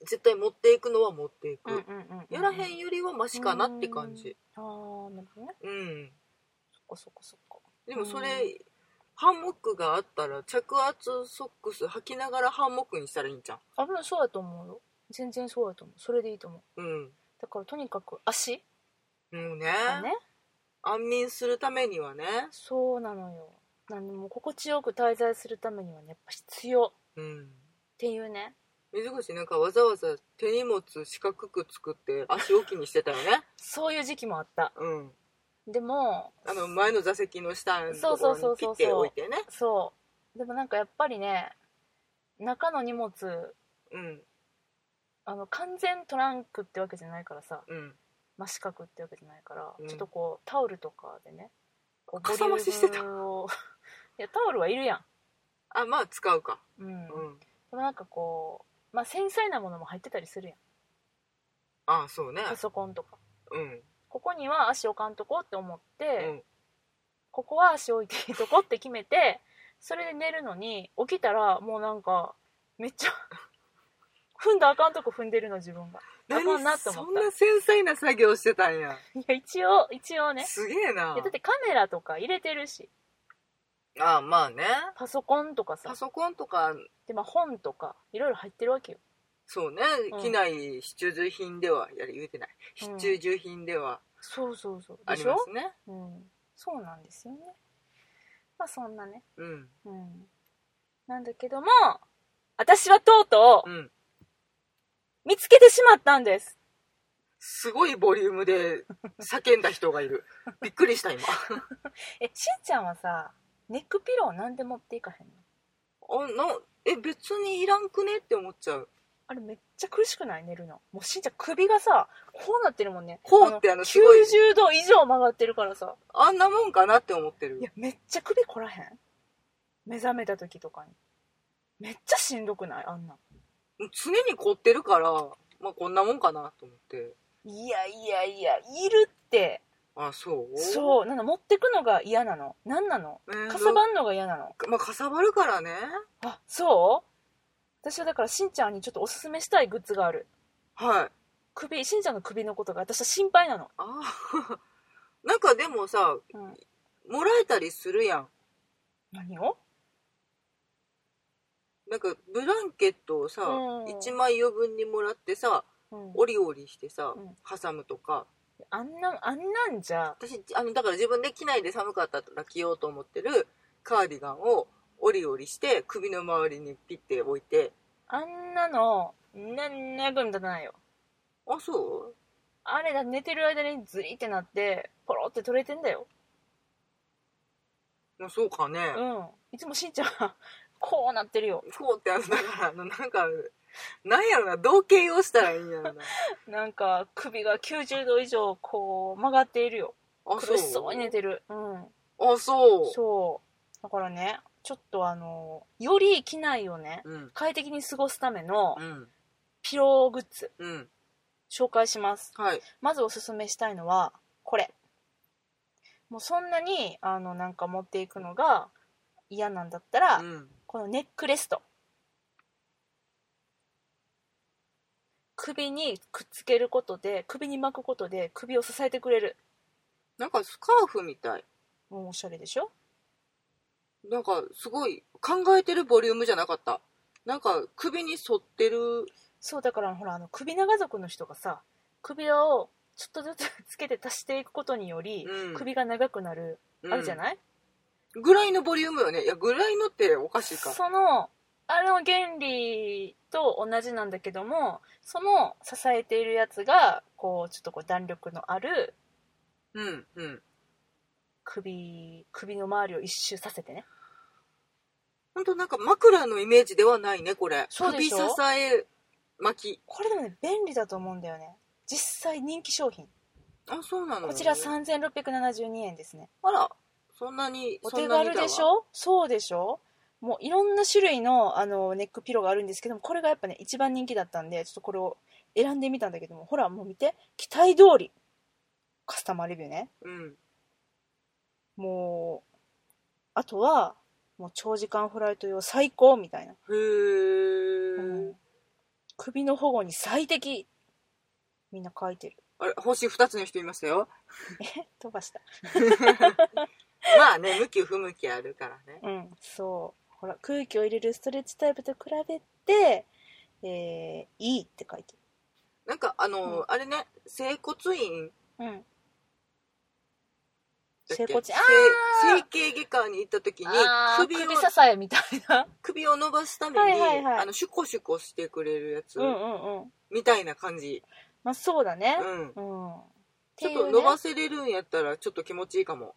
絶対持っていくのは持っていく、うんうんうんうんやらへんよりはマシかなって感じああなるほどねうん、そっかそっかそっかでもそれ、ハンモックがあったら着圧ソックス履きながらハンモックにしたらいいんじゃんあでもそうやと思うよ全然そうやと思うそれでいいと思ううんだからとにかく足もうねがね安眠するためにはねそうなのよなんでも心地よく滞在するためにはねやっぱ必要っうんていうね水口なんかわざわざ手荷物四角く作って足置きにしてたよねそう いう時期もあったうんでもあの前の座席の下のとこそうろそにう切そうそうっておいてねそうでもなんかやっぱりね中の荷物うんあの完全トランクってわけじゃないからさうん真四角ってわけじゃないから、うんちょっとこうタオルとかでねこうかさ増ししてボたリュームを いやタオルはいるやあまあ使うかん、うん、うでん、もなんかこうまあ繊細なものも入ってたりするやんああそうねパソコンとかうんここには足置かんとこって思って、うんここは足置いていいとこって決めてそれで寝るのに起きたらもうなんかめっちゃ 踏んだらあかんとこ踏んでるの自分があかんなって思そっんな繊細な作業してたんや、たいや一応一応ねすげえないやだってカメラとか入れてるしああまあねパソコンとかさパソコンとかで、まあ、本とかいろいろ入ってるわけよそうね、うん機内必需品ではいや言うてないうん必需品ではそうそうそうあでりしまょすねうん、そうなんですよねまあそんなねうんうんなんだけども私はとうとううん見つけてしまったんですすごいボリュームで叫んだ人がいるびっくりした今えしんちゃんはさネックピローなんで持っていかへんのあなえ別にいらんくねって思っちゃうあれめっちゃ苦しくない寝るのもうしんちゃん首がさこうなってるもんねこうってあのすごい90度以上曲がってるからさあんなもんかなって思ってるいやめっちゃ首こらへん目覚めた時とかにめっちゃしんどくないあんな常に凝ってるから、まあ、こんなもんかなと思っていやいやいやいるってあそうそうなんだ持ってくのが嫌なのなんなのうかさばんのが嫌なのまあかさばるからねあそう私はだからしんちゃんにちょっとおすすめしたいグッズがあるはい首しんちゃんの首のことが私は心配なの、あー なんかでもさうん、もらえたりするやん何をなんかブランケットをさ、うん一1枚余分にもらってさうん折り折りしてさ、うん挟むとかあんなあんなんじゃ私あのだから自分で機内で寒かったら着ようと思ってるカーディガンを折り折りして首の周りにピッて置いてあんなの何の役に立たないよあそうあれだ寝てる間にズリってなってポロって取れてんだよまあそうかね、うんいつもしんちゃんはこうなってるよこうってあのだからあのなんかなんやろな同型をしたらいいんやろななんか首が90度以上こう曲がっているよあ苦しそうに寝てるうんあそうそうだからねちょっとあのより機内をねうん快適に過ごすためのうんピローグッズうん紹介しますはいまずおすすめしたいのはこれもうそんなにあのなんか持っていくのが嫌なんだったら、うんこのネックレスト首にくっつけることで首に巻くことで首を支えてくれるなんかスカーフみたいもうおしゃれでしょなんかすごい考えてるボリュームじゃなかったなんか首に沿ってるそうだからほらあの首長族の人がさ首輪をちょっとずつ つけて足していくことにより、うん首が長くなる、あるじゃないうんぐらいのボリュームよねいやぐらいのっておかしいかそのあの原理と同じなんだけどもその支えているやつがこうちょっとこう弾力のあるうんうん首首の周りを一周させてね本当なんか枕のイメージではないねこれそうでし首支ょえ巻きこれでもね便利だと思うんだよね実際人気商品あそうなのこちら3672円ですねあらそんなにお手軽でしそんなにだわょそうでしょもういろんな種類のあのネックピローがあるんですけどもこれがやっぱね一番人気だったんでちょっとこれを選んでみたんだけどもほらもう見て期待通りカスタマーレビューねうんもうあとはもう長時間フライト用最高みたいな、へーうん首の保護に最適みんな書いてるあれ星2つの人いましたよ飛ばしたまあね向き不向きあるからねうん、そう。ほら、空気を入れるストレッチタイプと比べて、えー、いいって書いてなんかあのーうんあれね整骨院る。うん。だっ整け骨、あ整整形外科に行った時にあー首を首支えみたいな。首を伸ばすために、はいはいはいあのシュコシュコしてくれるやつ、うんうんうん。みたいな感じ、まあそうだねう。うん、ん。ちょっと伸ばす。せれるんやったらちょっと気持ちいいかも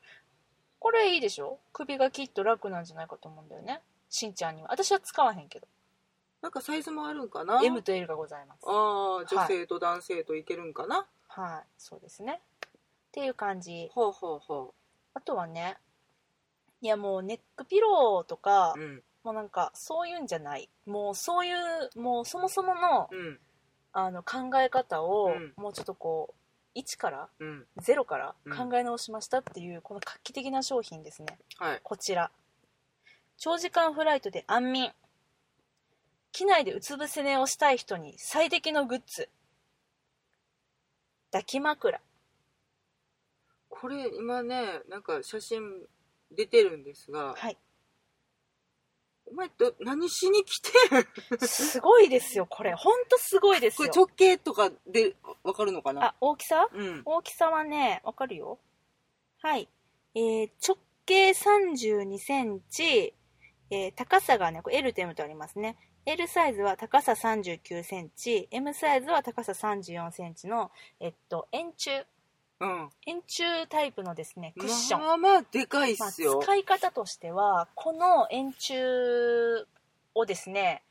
これいいでしょ首がきっと楽なんじゃないかと思うんだよね。しんちゃんには。私は使わへんけど。なんかサイズもあるんかな M と L がございます。ああ女性と男性といけるんかな、はい。そうですね。っていう感じ。ほうほうほあとはね、いやもうネックピローとかう、うんもうなんかそういうんじゃないもうそういうもうそもそもの,、うんあの考え方を、うんもうちょっとこう1からうん0からうん考え直しましたっていう、この画期的な商品ですねはいこちら長時間フライトで安眠機内でうつ伏せ寝をしたい人に最適のグッズ抱き枕これ今ねなんか写真出てるんですが、はいお前ど何しに来てんすごいですよこれほんとすごいですこれよ直径とかでわかるのかなあ大きさうん大きさはね、わかるよ。はい。えー直径32センチ、えー高さがね、これ L と M とありますね。L サイズは高さ39センチ、M サイズは高さ34センチの、えっと、円柱、うん円柱タイプのですね、クッション。まあまあでかいっまあ、すよ、使い方としては、この円柱をですね、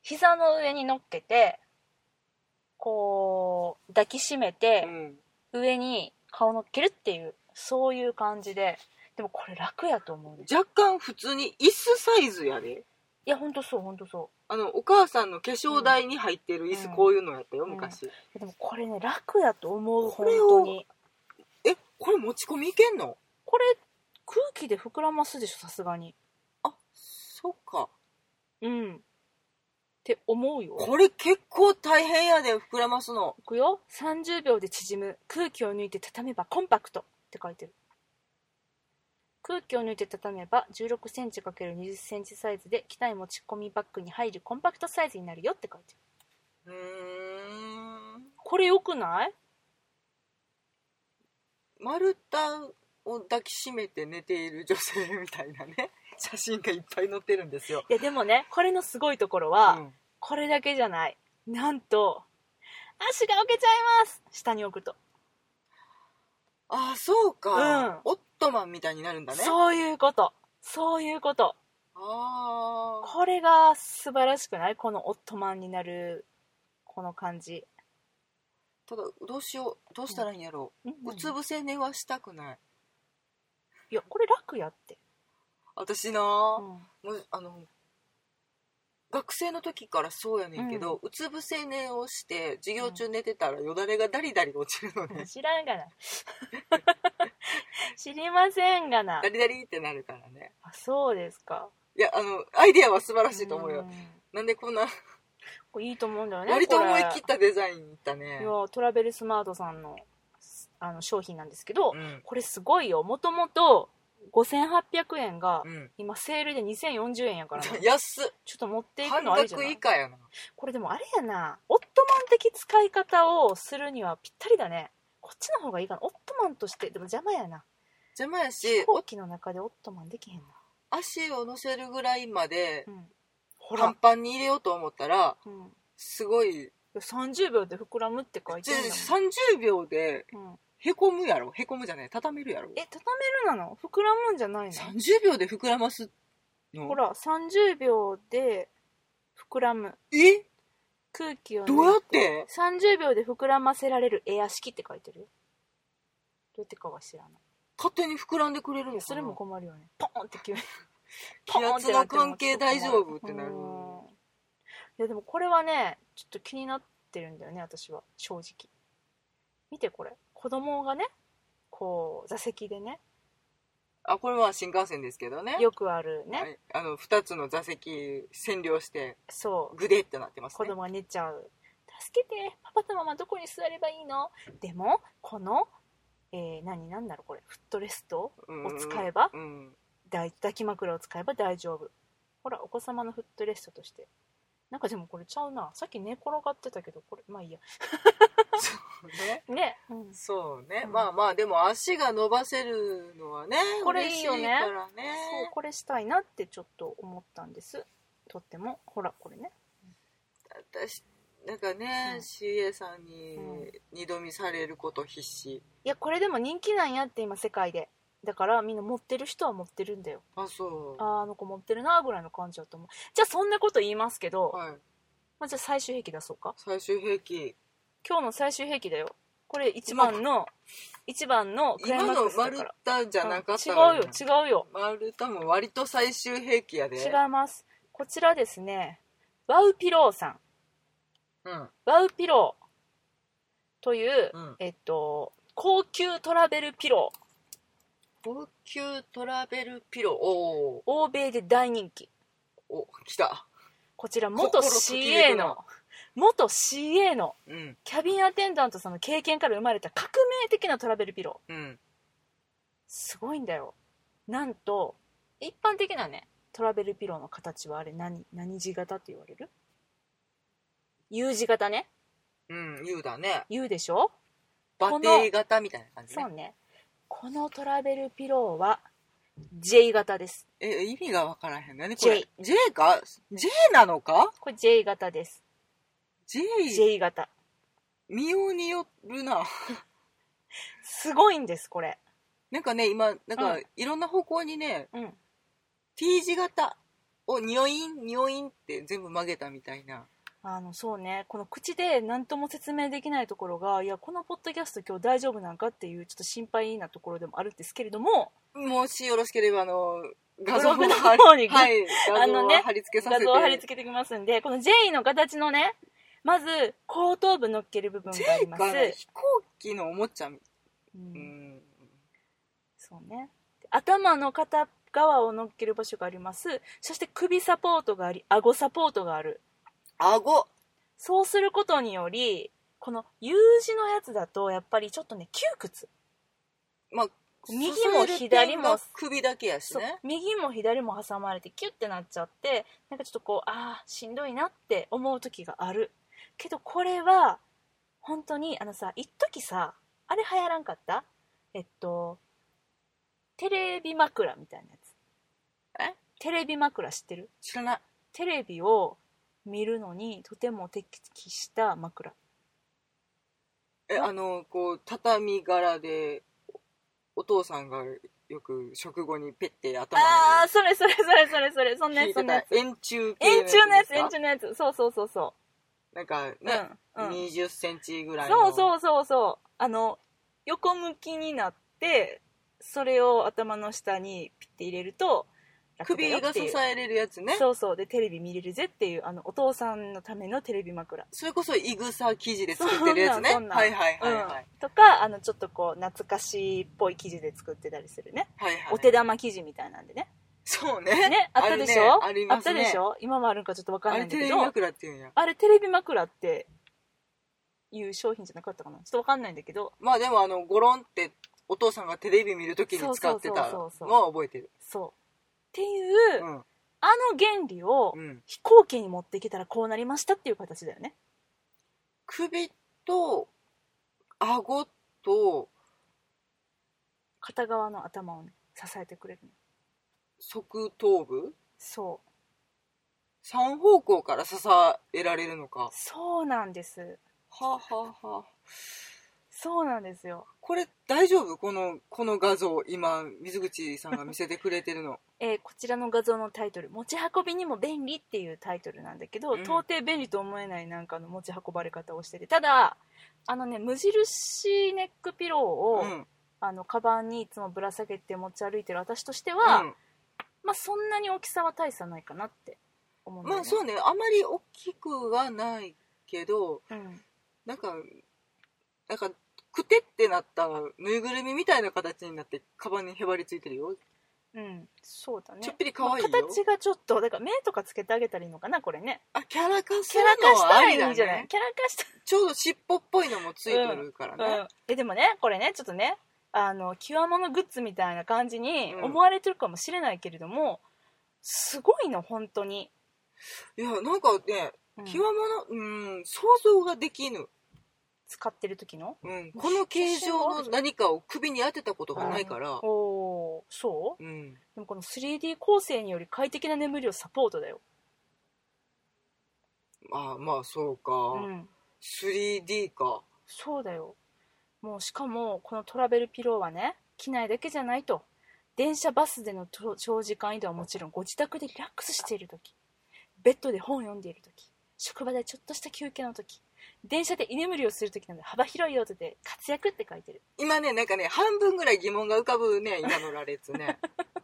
膝の上に乗っけて、こう、抱きしめて、うん上に顔乗っけるっていうそういう感じででもこれ楽やと思うね若干普通に椅子サイズやでいやほんとそうほんとそあのお母さんの化粧台に入ってる椅う子んこういうのやったよ、うん昔ういやでもこれね楽やと思うこ本れを当にえこれ持ち込みいけんのこれ空気で膨らますでしょさすがにあそっかうんって思うよこれ結構大変やで膨らますのいくよ30秒で縮む空気を抜いて畳めばコンパクトって書いてる空気を抜いて畳めば 16cm×20cm サイズで機内持ち込みバッグに入るコンパクトサイズになるよって書いてるうーんこれよくない丸太を抱きしめて寝ている女性みたいなね 写真がいっぱい載ってるんですよ、いやでもねこれのすごいところうは、ん、これだけじゃないなんと足が置けちゃいます下に置くと、あそうか、うんオットマンみたいになるんだねそういうことそういうことあーこれが素晴らしくないこのオットマンになるこの感じただどうしようどうしたらいいんやろんう、うつ伏せ寝はしたくないいやこれ楽やって、私なあ、うんもうあの学生の時からそうやねんけど、うつ伏せ寝をして授業中寝てたらよだれがダリダリ落ちるのね、知らんがな 知りませんがな ダリダリってなるからねあそうですかいやあのアイデアは素晴らしいと思うよ、んなんでこんなこれいいと思うんだよね割とこれ思い切ったデザインいったねいやトラベルスマートさんのあの商品なんですけど、うんこれすごいよもともと5800円がうん今セールで2040円やからね安っちょっと持っていく半のあれじゃ額ない以下やなこれでもあれやなオットマン的使い方をするにはぴったりだねこっちの方がいいかなオットマンとしてでも邪魔やな邪魔や飛し行機の中でオットマンできへんな、お足を乗せるぐらいまでうん、ほパンら、パンに入れようと思ったらうん、いすごいや30秒で膨らむって書いてじるゃんだ30秒でもん、うん、へこむやろへこむじゃない畳めるやろえ畳めるなの膨らむんじゃないの30秒で膨らますのほら30秒で膨らむえ空気をどうやって30秒で膨らませられるエア式って書いてるよどうやってかは知らない勝手に膨らんでくれるいんややそれも困るよねポーンって急に 気圧の関係大丈夫ってなるうんいやでもこれはねちょっと気になってるんだよね私は正直見てこれ子供がねこう座席でねあこれは新幹線ですけどねよくあるね、はいあの2つの座席占領してそうグデってなってます子ね供が寝ちゃう助けてパパとママどこに座ればいいのでもこの、えー、何何だろうこれフットレストを使えば、うん抱抱き枕を使えば大丈夫ほらお子様のフットレストとしてなんかでもこれちゃうなさっき寝転がってたけどこれまあいいやねね、うんそうね、うんまあまあでも足が伸ばせるのはねこれいいよね嬉しからねそうこれしたいなってちょっと思ったんですとってもほらこれね私なんかね、うん CA さんにうん二度見されること必死いやこれでも人気なんやって今世界でだからみんな持ってる人は持ってるんだよあそうあーあの子持ってるなぐらいの感じだと思うじゃあそんなこと言いますけど、はいまあ、じゃあ最終兵器出そうか最終兵器今日の最終兵器だよこれ一番の一番のクライ今マッのクスだ丸から太じゃなかったうん違うよ違うよ丸太も割と最終兵器やで違いますこちらですねワウピローさんうんワウピローという、うんえっと高級トラベルピロー高級トラベルピローおー欧米で大人気お来たこちら元心ときめ CA くなの元 CA のうんキャビンアテンダントさんの経験から生まれた革命的なトラベルピローうんすごいんだよなんと一般的なねトラベルピローの形はあれ何何字型って言われる U 字型ねうん言うだね U でしょ馬蹄型みたいな感じねそうね。このトラベルピローは J 型です。え意味がわからへんねこれ J J か J なのかこれ J 型です。 J J 型。見ようによるなすごいんです、これ。なんかね今なんかういろんな方向にねうん。 T 字型をニョインニョインって全部曲げたみたいなあの、そうね。この口で何とも説明できないところが、いや、このポッドキャスト今日大丈夫なんかっていうちょっと心配なところでもあるんですけれども、もしよろしければあの画像をブログの貼り方にはい あ画像のをね貼り付けさ画せて像を貼り付けてきますんで、この J の形のね、まず後頭部乗っける部分があります。が飛行機のおもちゃみう、うんんそうねで頭の片側を乗っける場所がありますそして首サポートがあり顎サポートがある顎そうすることによりこの U 字のやつだとやっぱりちょっとね窮屈まあ右も左も注いでる点が首だけやしそうね右も左も挟まれてキュッてなっちゃってなんかちょっとこうあーしんどいなって思う時があるけどこれは本当にあのさ一時さあれ流行らんかったえっとテレビ枕みたいなやつえテレビ枕知ってる知らないテレビを見るのにとても適した枕えあのこう畳柄でおお父さんがよく食後にペッて頭ああにそれそれそれそれそれそんな引やいつそてんなたやつ円柱系円柱のやつです円か柱のやつそうそうそうそなんかう、ね、うんうん2 0ンチぐらいそのうそうそうそうあの横向きになってそれを頭の下にピッて入れると楽だよ首がっ支ていうえれるやつねそそうそうでテレビ見れるぜっていうあのお父さんのためのテレビ枕れこそいぐさ生地で作ってるやつねそんなんそんなんはいはいはいはい、はいうん、とかあのちょっとこう懐かしいっぽい生地で作ってたりするね、はいお手玉生地みたいなんでねそうねね、あったでしょあれねありますねったでしょ今もあるんかちょっとわかんなあいんれテだけレビど、枕っていうんやあれテレビ枕っていう商品じゃなかったかなちょっとわかんないんだけどまあでもあのゴロンってお父さんがテレビ見るときに使ってたそうそうそのうそうは覚えてるそうっていう、うんあの原理をうん飛行機に持ってきたらこうなりましたっていう形だよね首と顎と片側の頭をね支えてくれるの側頭部そう三方向から支えられるのかはそうなんですあ、はあはあ、そうなんですよこれ大丈夫このこの画像今水口さんが見せてくれてるのえーこちらの画像のタイトル「持ち運びにも便利」っていうタイトルなんだけど、うん到底便利と思えないなんかの持ち運ばれ方をしててただあのね無印ネックピローを、うんあのカバンにいつもぶら下げて持ち歩いてる私としては、うんまあそんなに大きさは大差ないかなって思うんだよまねあそうねあまり大きくはないけどうんなんかなんかくてってなったぬいぐるみみたいな形になってカバンにへばりついてるようん、そうだねちょっぴり可愛いよまあ形がちょっとだから目とかつけてあげたらいいのかなこれねあキャラ化すキャるラ化のしたはあらいりいだんじゃない、ねキャラ化したちょうど尻尾っぽいのもついてるからね、うん、えでもねこれねちょっとねあの極物グッズみたいな感じにうん思われてるかもしれないけれども、すごいの本当に、いやなんかねうん極物うん想像ができぬ、使ってる時のうん、この形状の何かを首に当てたことがないからおおーそううんでもこの 3D 構成により快適な眠りをサポートだよ、まあまあそうか、うん、 3D かそうだよもうしかもこのトラベルピローはね機内だけじゃないと電車バスでのと長時間移動はもちろんご自宅でリラックスしている時ベッドで本を読んでいる時職場でちょっとした休憩の時電車で居眠りをする時など幅広い用途で活躍って書いてる今ねなんかね半分ぐらい疑問が浮かぶね今の羅列ね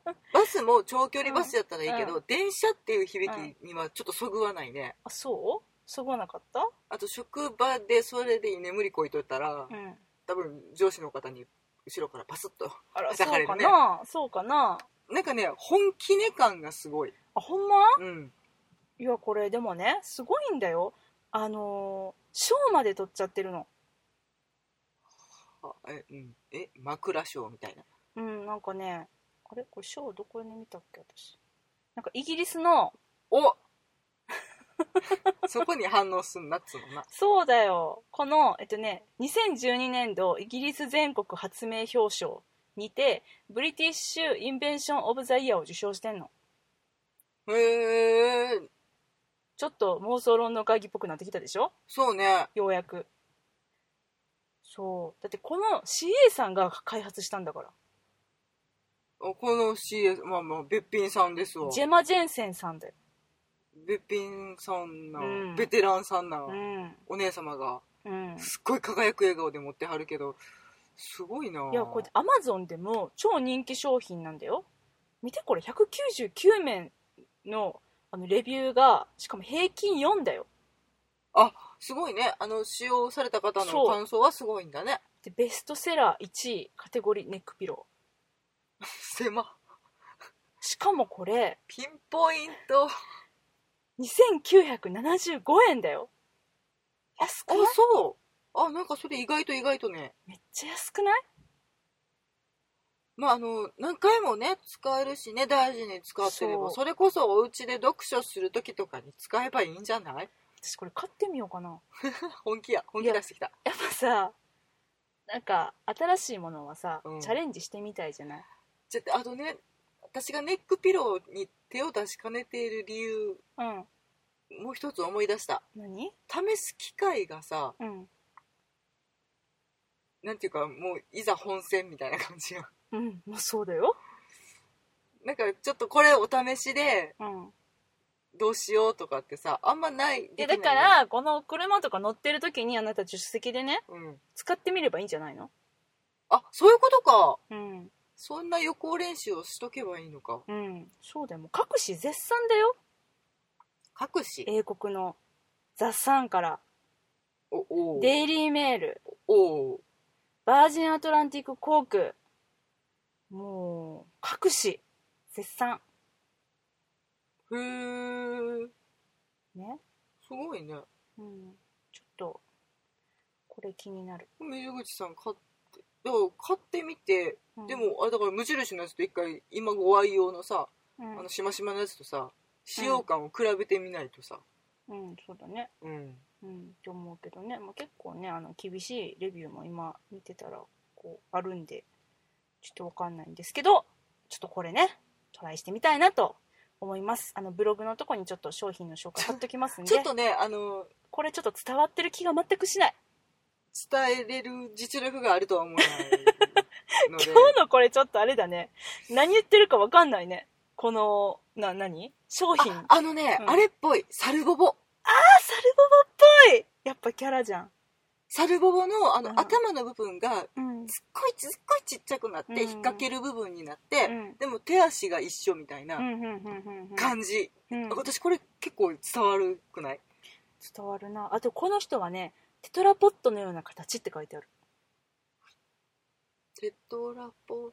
バスも長距離バスやったらいいけど、電車っていう響きにはちょっとそぐわないねあそうそごわなかったあと職場でそれで居眠りこいとったら、うん多分上司の方に後ろからパスッとあらそ叩かうれかるねなそうかななんかね本気ね感がすごい、あほんまうん、いやこれでもねすごいんだよあのー賞まで取っちゃってるのあえ,、うん、え枕賞みたいなうんなんかねあれこれ賞どこに見たっけ私なんかイギリスのおそこに反応すんなっつうのなそうだよこのえっとね2012年度イギリス全国発明表彰にてブリティッシュ・インベンション・オブ・ザ・イヤーを受賞してんのへえちょっと妄想論の会議っぽくなってきたでしょそうねようやくそうだってこの CA さんが開発したんだからおこの CS まあまあべっぴんさんですわジェマ・ジェンセンさんだよべっぴんさんな、うんベテランさんな、うんお姉様がうんすっごい輝く笑顔で持ってはるけどすごいないいやこれアマゾンでも超人気商品なんだよ見てこれ199面のあのレビューがしかも平均4だよすごいねあの使用された方そのう感想はすごいんだね でベストセラー1位カテゴリーネックピロー狭しかもこれピンポイント2975円だよ安くあないそうあなんかそれ意外と意外とねめっちゃ安くないまああの何回もね使えるしね大事に使ってればそうそれこそお家で読書する時とかに使えばいいんじゃない私これ買ってみようかな本気や本気出してきたやっぱさなんか新しいものはさ、うんチャレンジしてみたいじゃないちょっとあとね私がネックピローに手を出しかねている理由うんもう一つ思い出した何試す機会がさうんなんていうかもういざ本戦みたいな感じがうんまあそうだよ なんかちょっとこれお試しでうんどうしようとかってさあんまないいやでだきかないらこの車とか乗ってる時にあなた助手席でねうん、使ってみればいいんじゃないのあそういうことかうんそんな予行練習をしとけばいいのかうんそうだよもう各紙絶賛だよ各紙英国の雑産からおおうデイリー・メールおうバージン・アトランティック航空もう各紙絶賛へえねすごいねうんちょっとれ気になる。水口さん買ってだから買ってみて、うんで、もあれだから無印のやつと一回今ご愛用のさ、うんあのしましまのやつとさ使用感を比べてみないとさうん、そうだね。うんうん、と思うけどね。まあ、結構ね、あの、厳しいレビューも今見てたら、こう、あるんで、ちょっとわかんないんですけど、ちょっとこれね、トライしてみたいなと思います。あの、ブログのとこにちょっと商品の紹介貼っときますんで、ちょっとねあのこれちょっと伝わってる気が全くしない。伝えれる実力があるとは思わないの で今日のこれちょっとあれだね。何言ってるかわかんないね。この、な、何商品。ああのね、うんあれっぽいサルボボサルボボっぽいやっぱキャラじゃん。サルボボのあの、うん頭の部分がうん。すっごいちすっごいちっちゃくなって、うん引っ掛ける部分になって、うんでも手足が一緒みたいうんなうんうんうん感じ、うん、私これ結構伝わるくない伝わるなあとこの人はねテトラポットのような形って書いてあるテトラポッ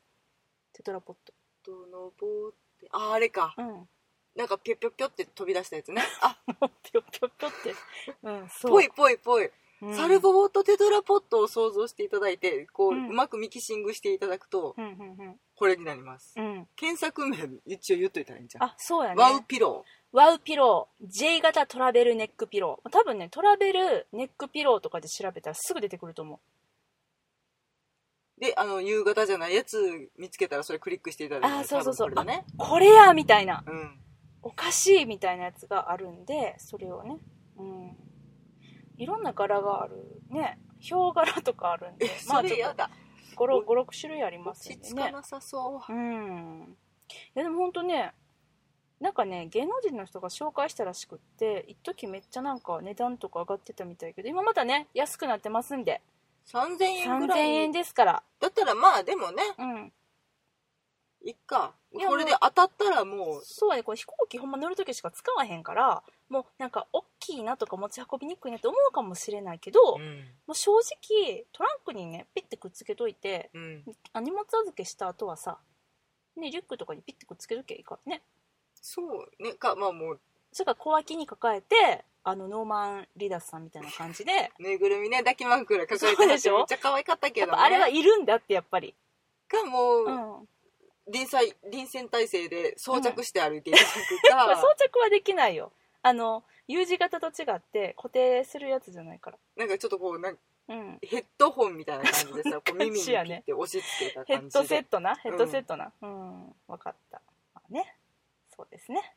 テトラポットトのぼってああれかうんなんかぴょぴょぴょって飛び出した やつねあぴょぴょぴょってうんそうぽいぽいぽい、うんサルボボとテトラポットを想像していただいてこう、ううんまくミキシングしていただくとうんうんこれになります、うんうん検索名一応言っといたらいいんじゃんあそうやねワウピロワウピロー J 型トラベルネックピロー多分ねトラベルネックピローとかで調べたらすぐ出てくると思ーであの夕方じゃないやつ見つけたらそれクリックしていただいたらあーそうそうそう多分これだねうこれやみたいなうんおかしいみたいなやつがあるんでそれをねうんいろんな柄があるねヒョウ柄とかあるんでえそれやだ56種類ありま落すんちで着かねなさそう、うんいやでも本当ねなんかね芸能人の人が紹介したらしくって一時めっちゃなんか値段とか上がってたみたいけど今またね安くなってますんで3000円ぐ3000らい円ですからだったらまあでもねうんいっかいやこれで当たったらもうそうやねこれ飛行機ほんま乗る時しか使わへんからもうなんか大きいなとか持ち運びにくいなって思うかもしれないけど、もう正直トランクにねピッてくっつけといてうんあ荷物預けした後はさねリュックとかにピッてくっつけときゃいいからねそうねかまあもうそれから小脇に抱えてあのノーマン・リーダスさんみたいな感 じでぬいぐるみね抱き枕抱えてそうめでっしちょゃ可愛かったけやど、っね、ぱあれはいるんだってやっぱり、がもうんうま臨戦臨戦態勢で装着して歩いていただくあ か、装着はできないよあの U 字型と違って固定するやつじゃないか、なんかちょっとこうなんからうん、ヘッドホンみたいな感じでさこう耳感にピじやッねて押し付けたヘ感ッじでドセットなヘッドセットなうん、分かったまあねそうですね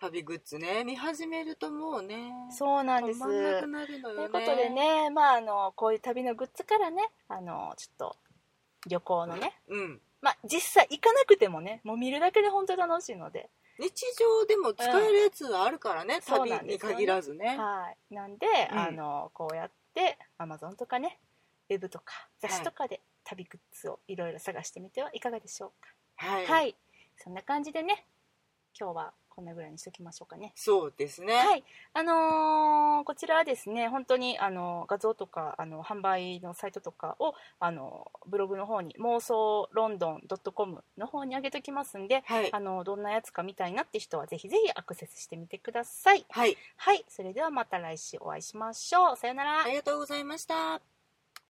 旅グッズね見始めるともうねそうなんです止まんなくなるのといようねことでねまああのこういう旅のグッズからねあのちょっと旅行のね、うんまあ実際行かなくてもねもう見るだけで本当に楽しいので日常でも使えるやつはあるからね、そう旅なんでにすよね限らずねはい、なんで、うんあのこうやってアマゾンとかねウェブとか雑誌とかで旅グッズをいろいろ探してみてはいかがでしょはうい、かはい、そんな感じでね今日はこんなぐらいにしときましょうかねそうですね、はいあのーこちらはですね本当にあの画像とかあの販売のサイトとかをあのブログの方に妄想ロンドン .com の方に上げときますんではいあのどんなやつか見たいなって人はぜひぜひアクセスしてみてくださいはい、はい、それではまた来週お会いしましょう。さよなら。ありがとうございました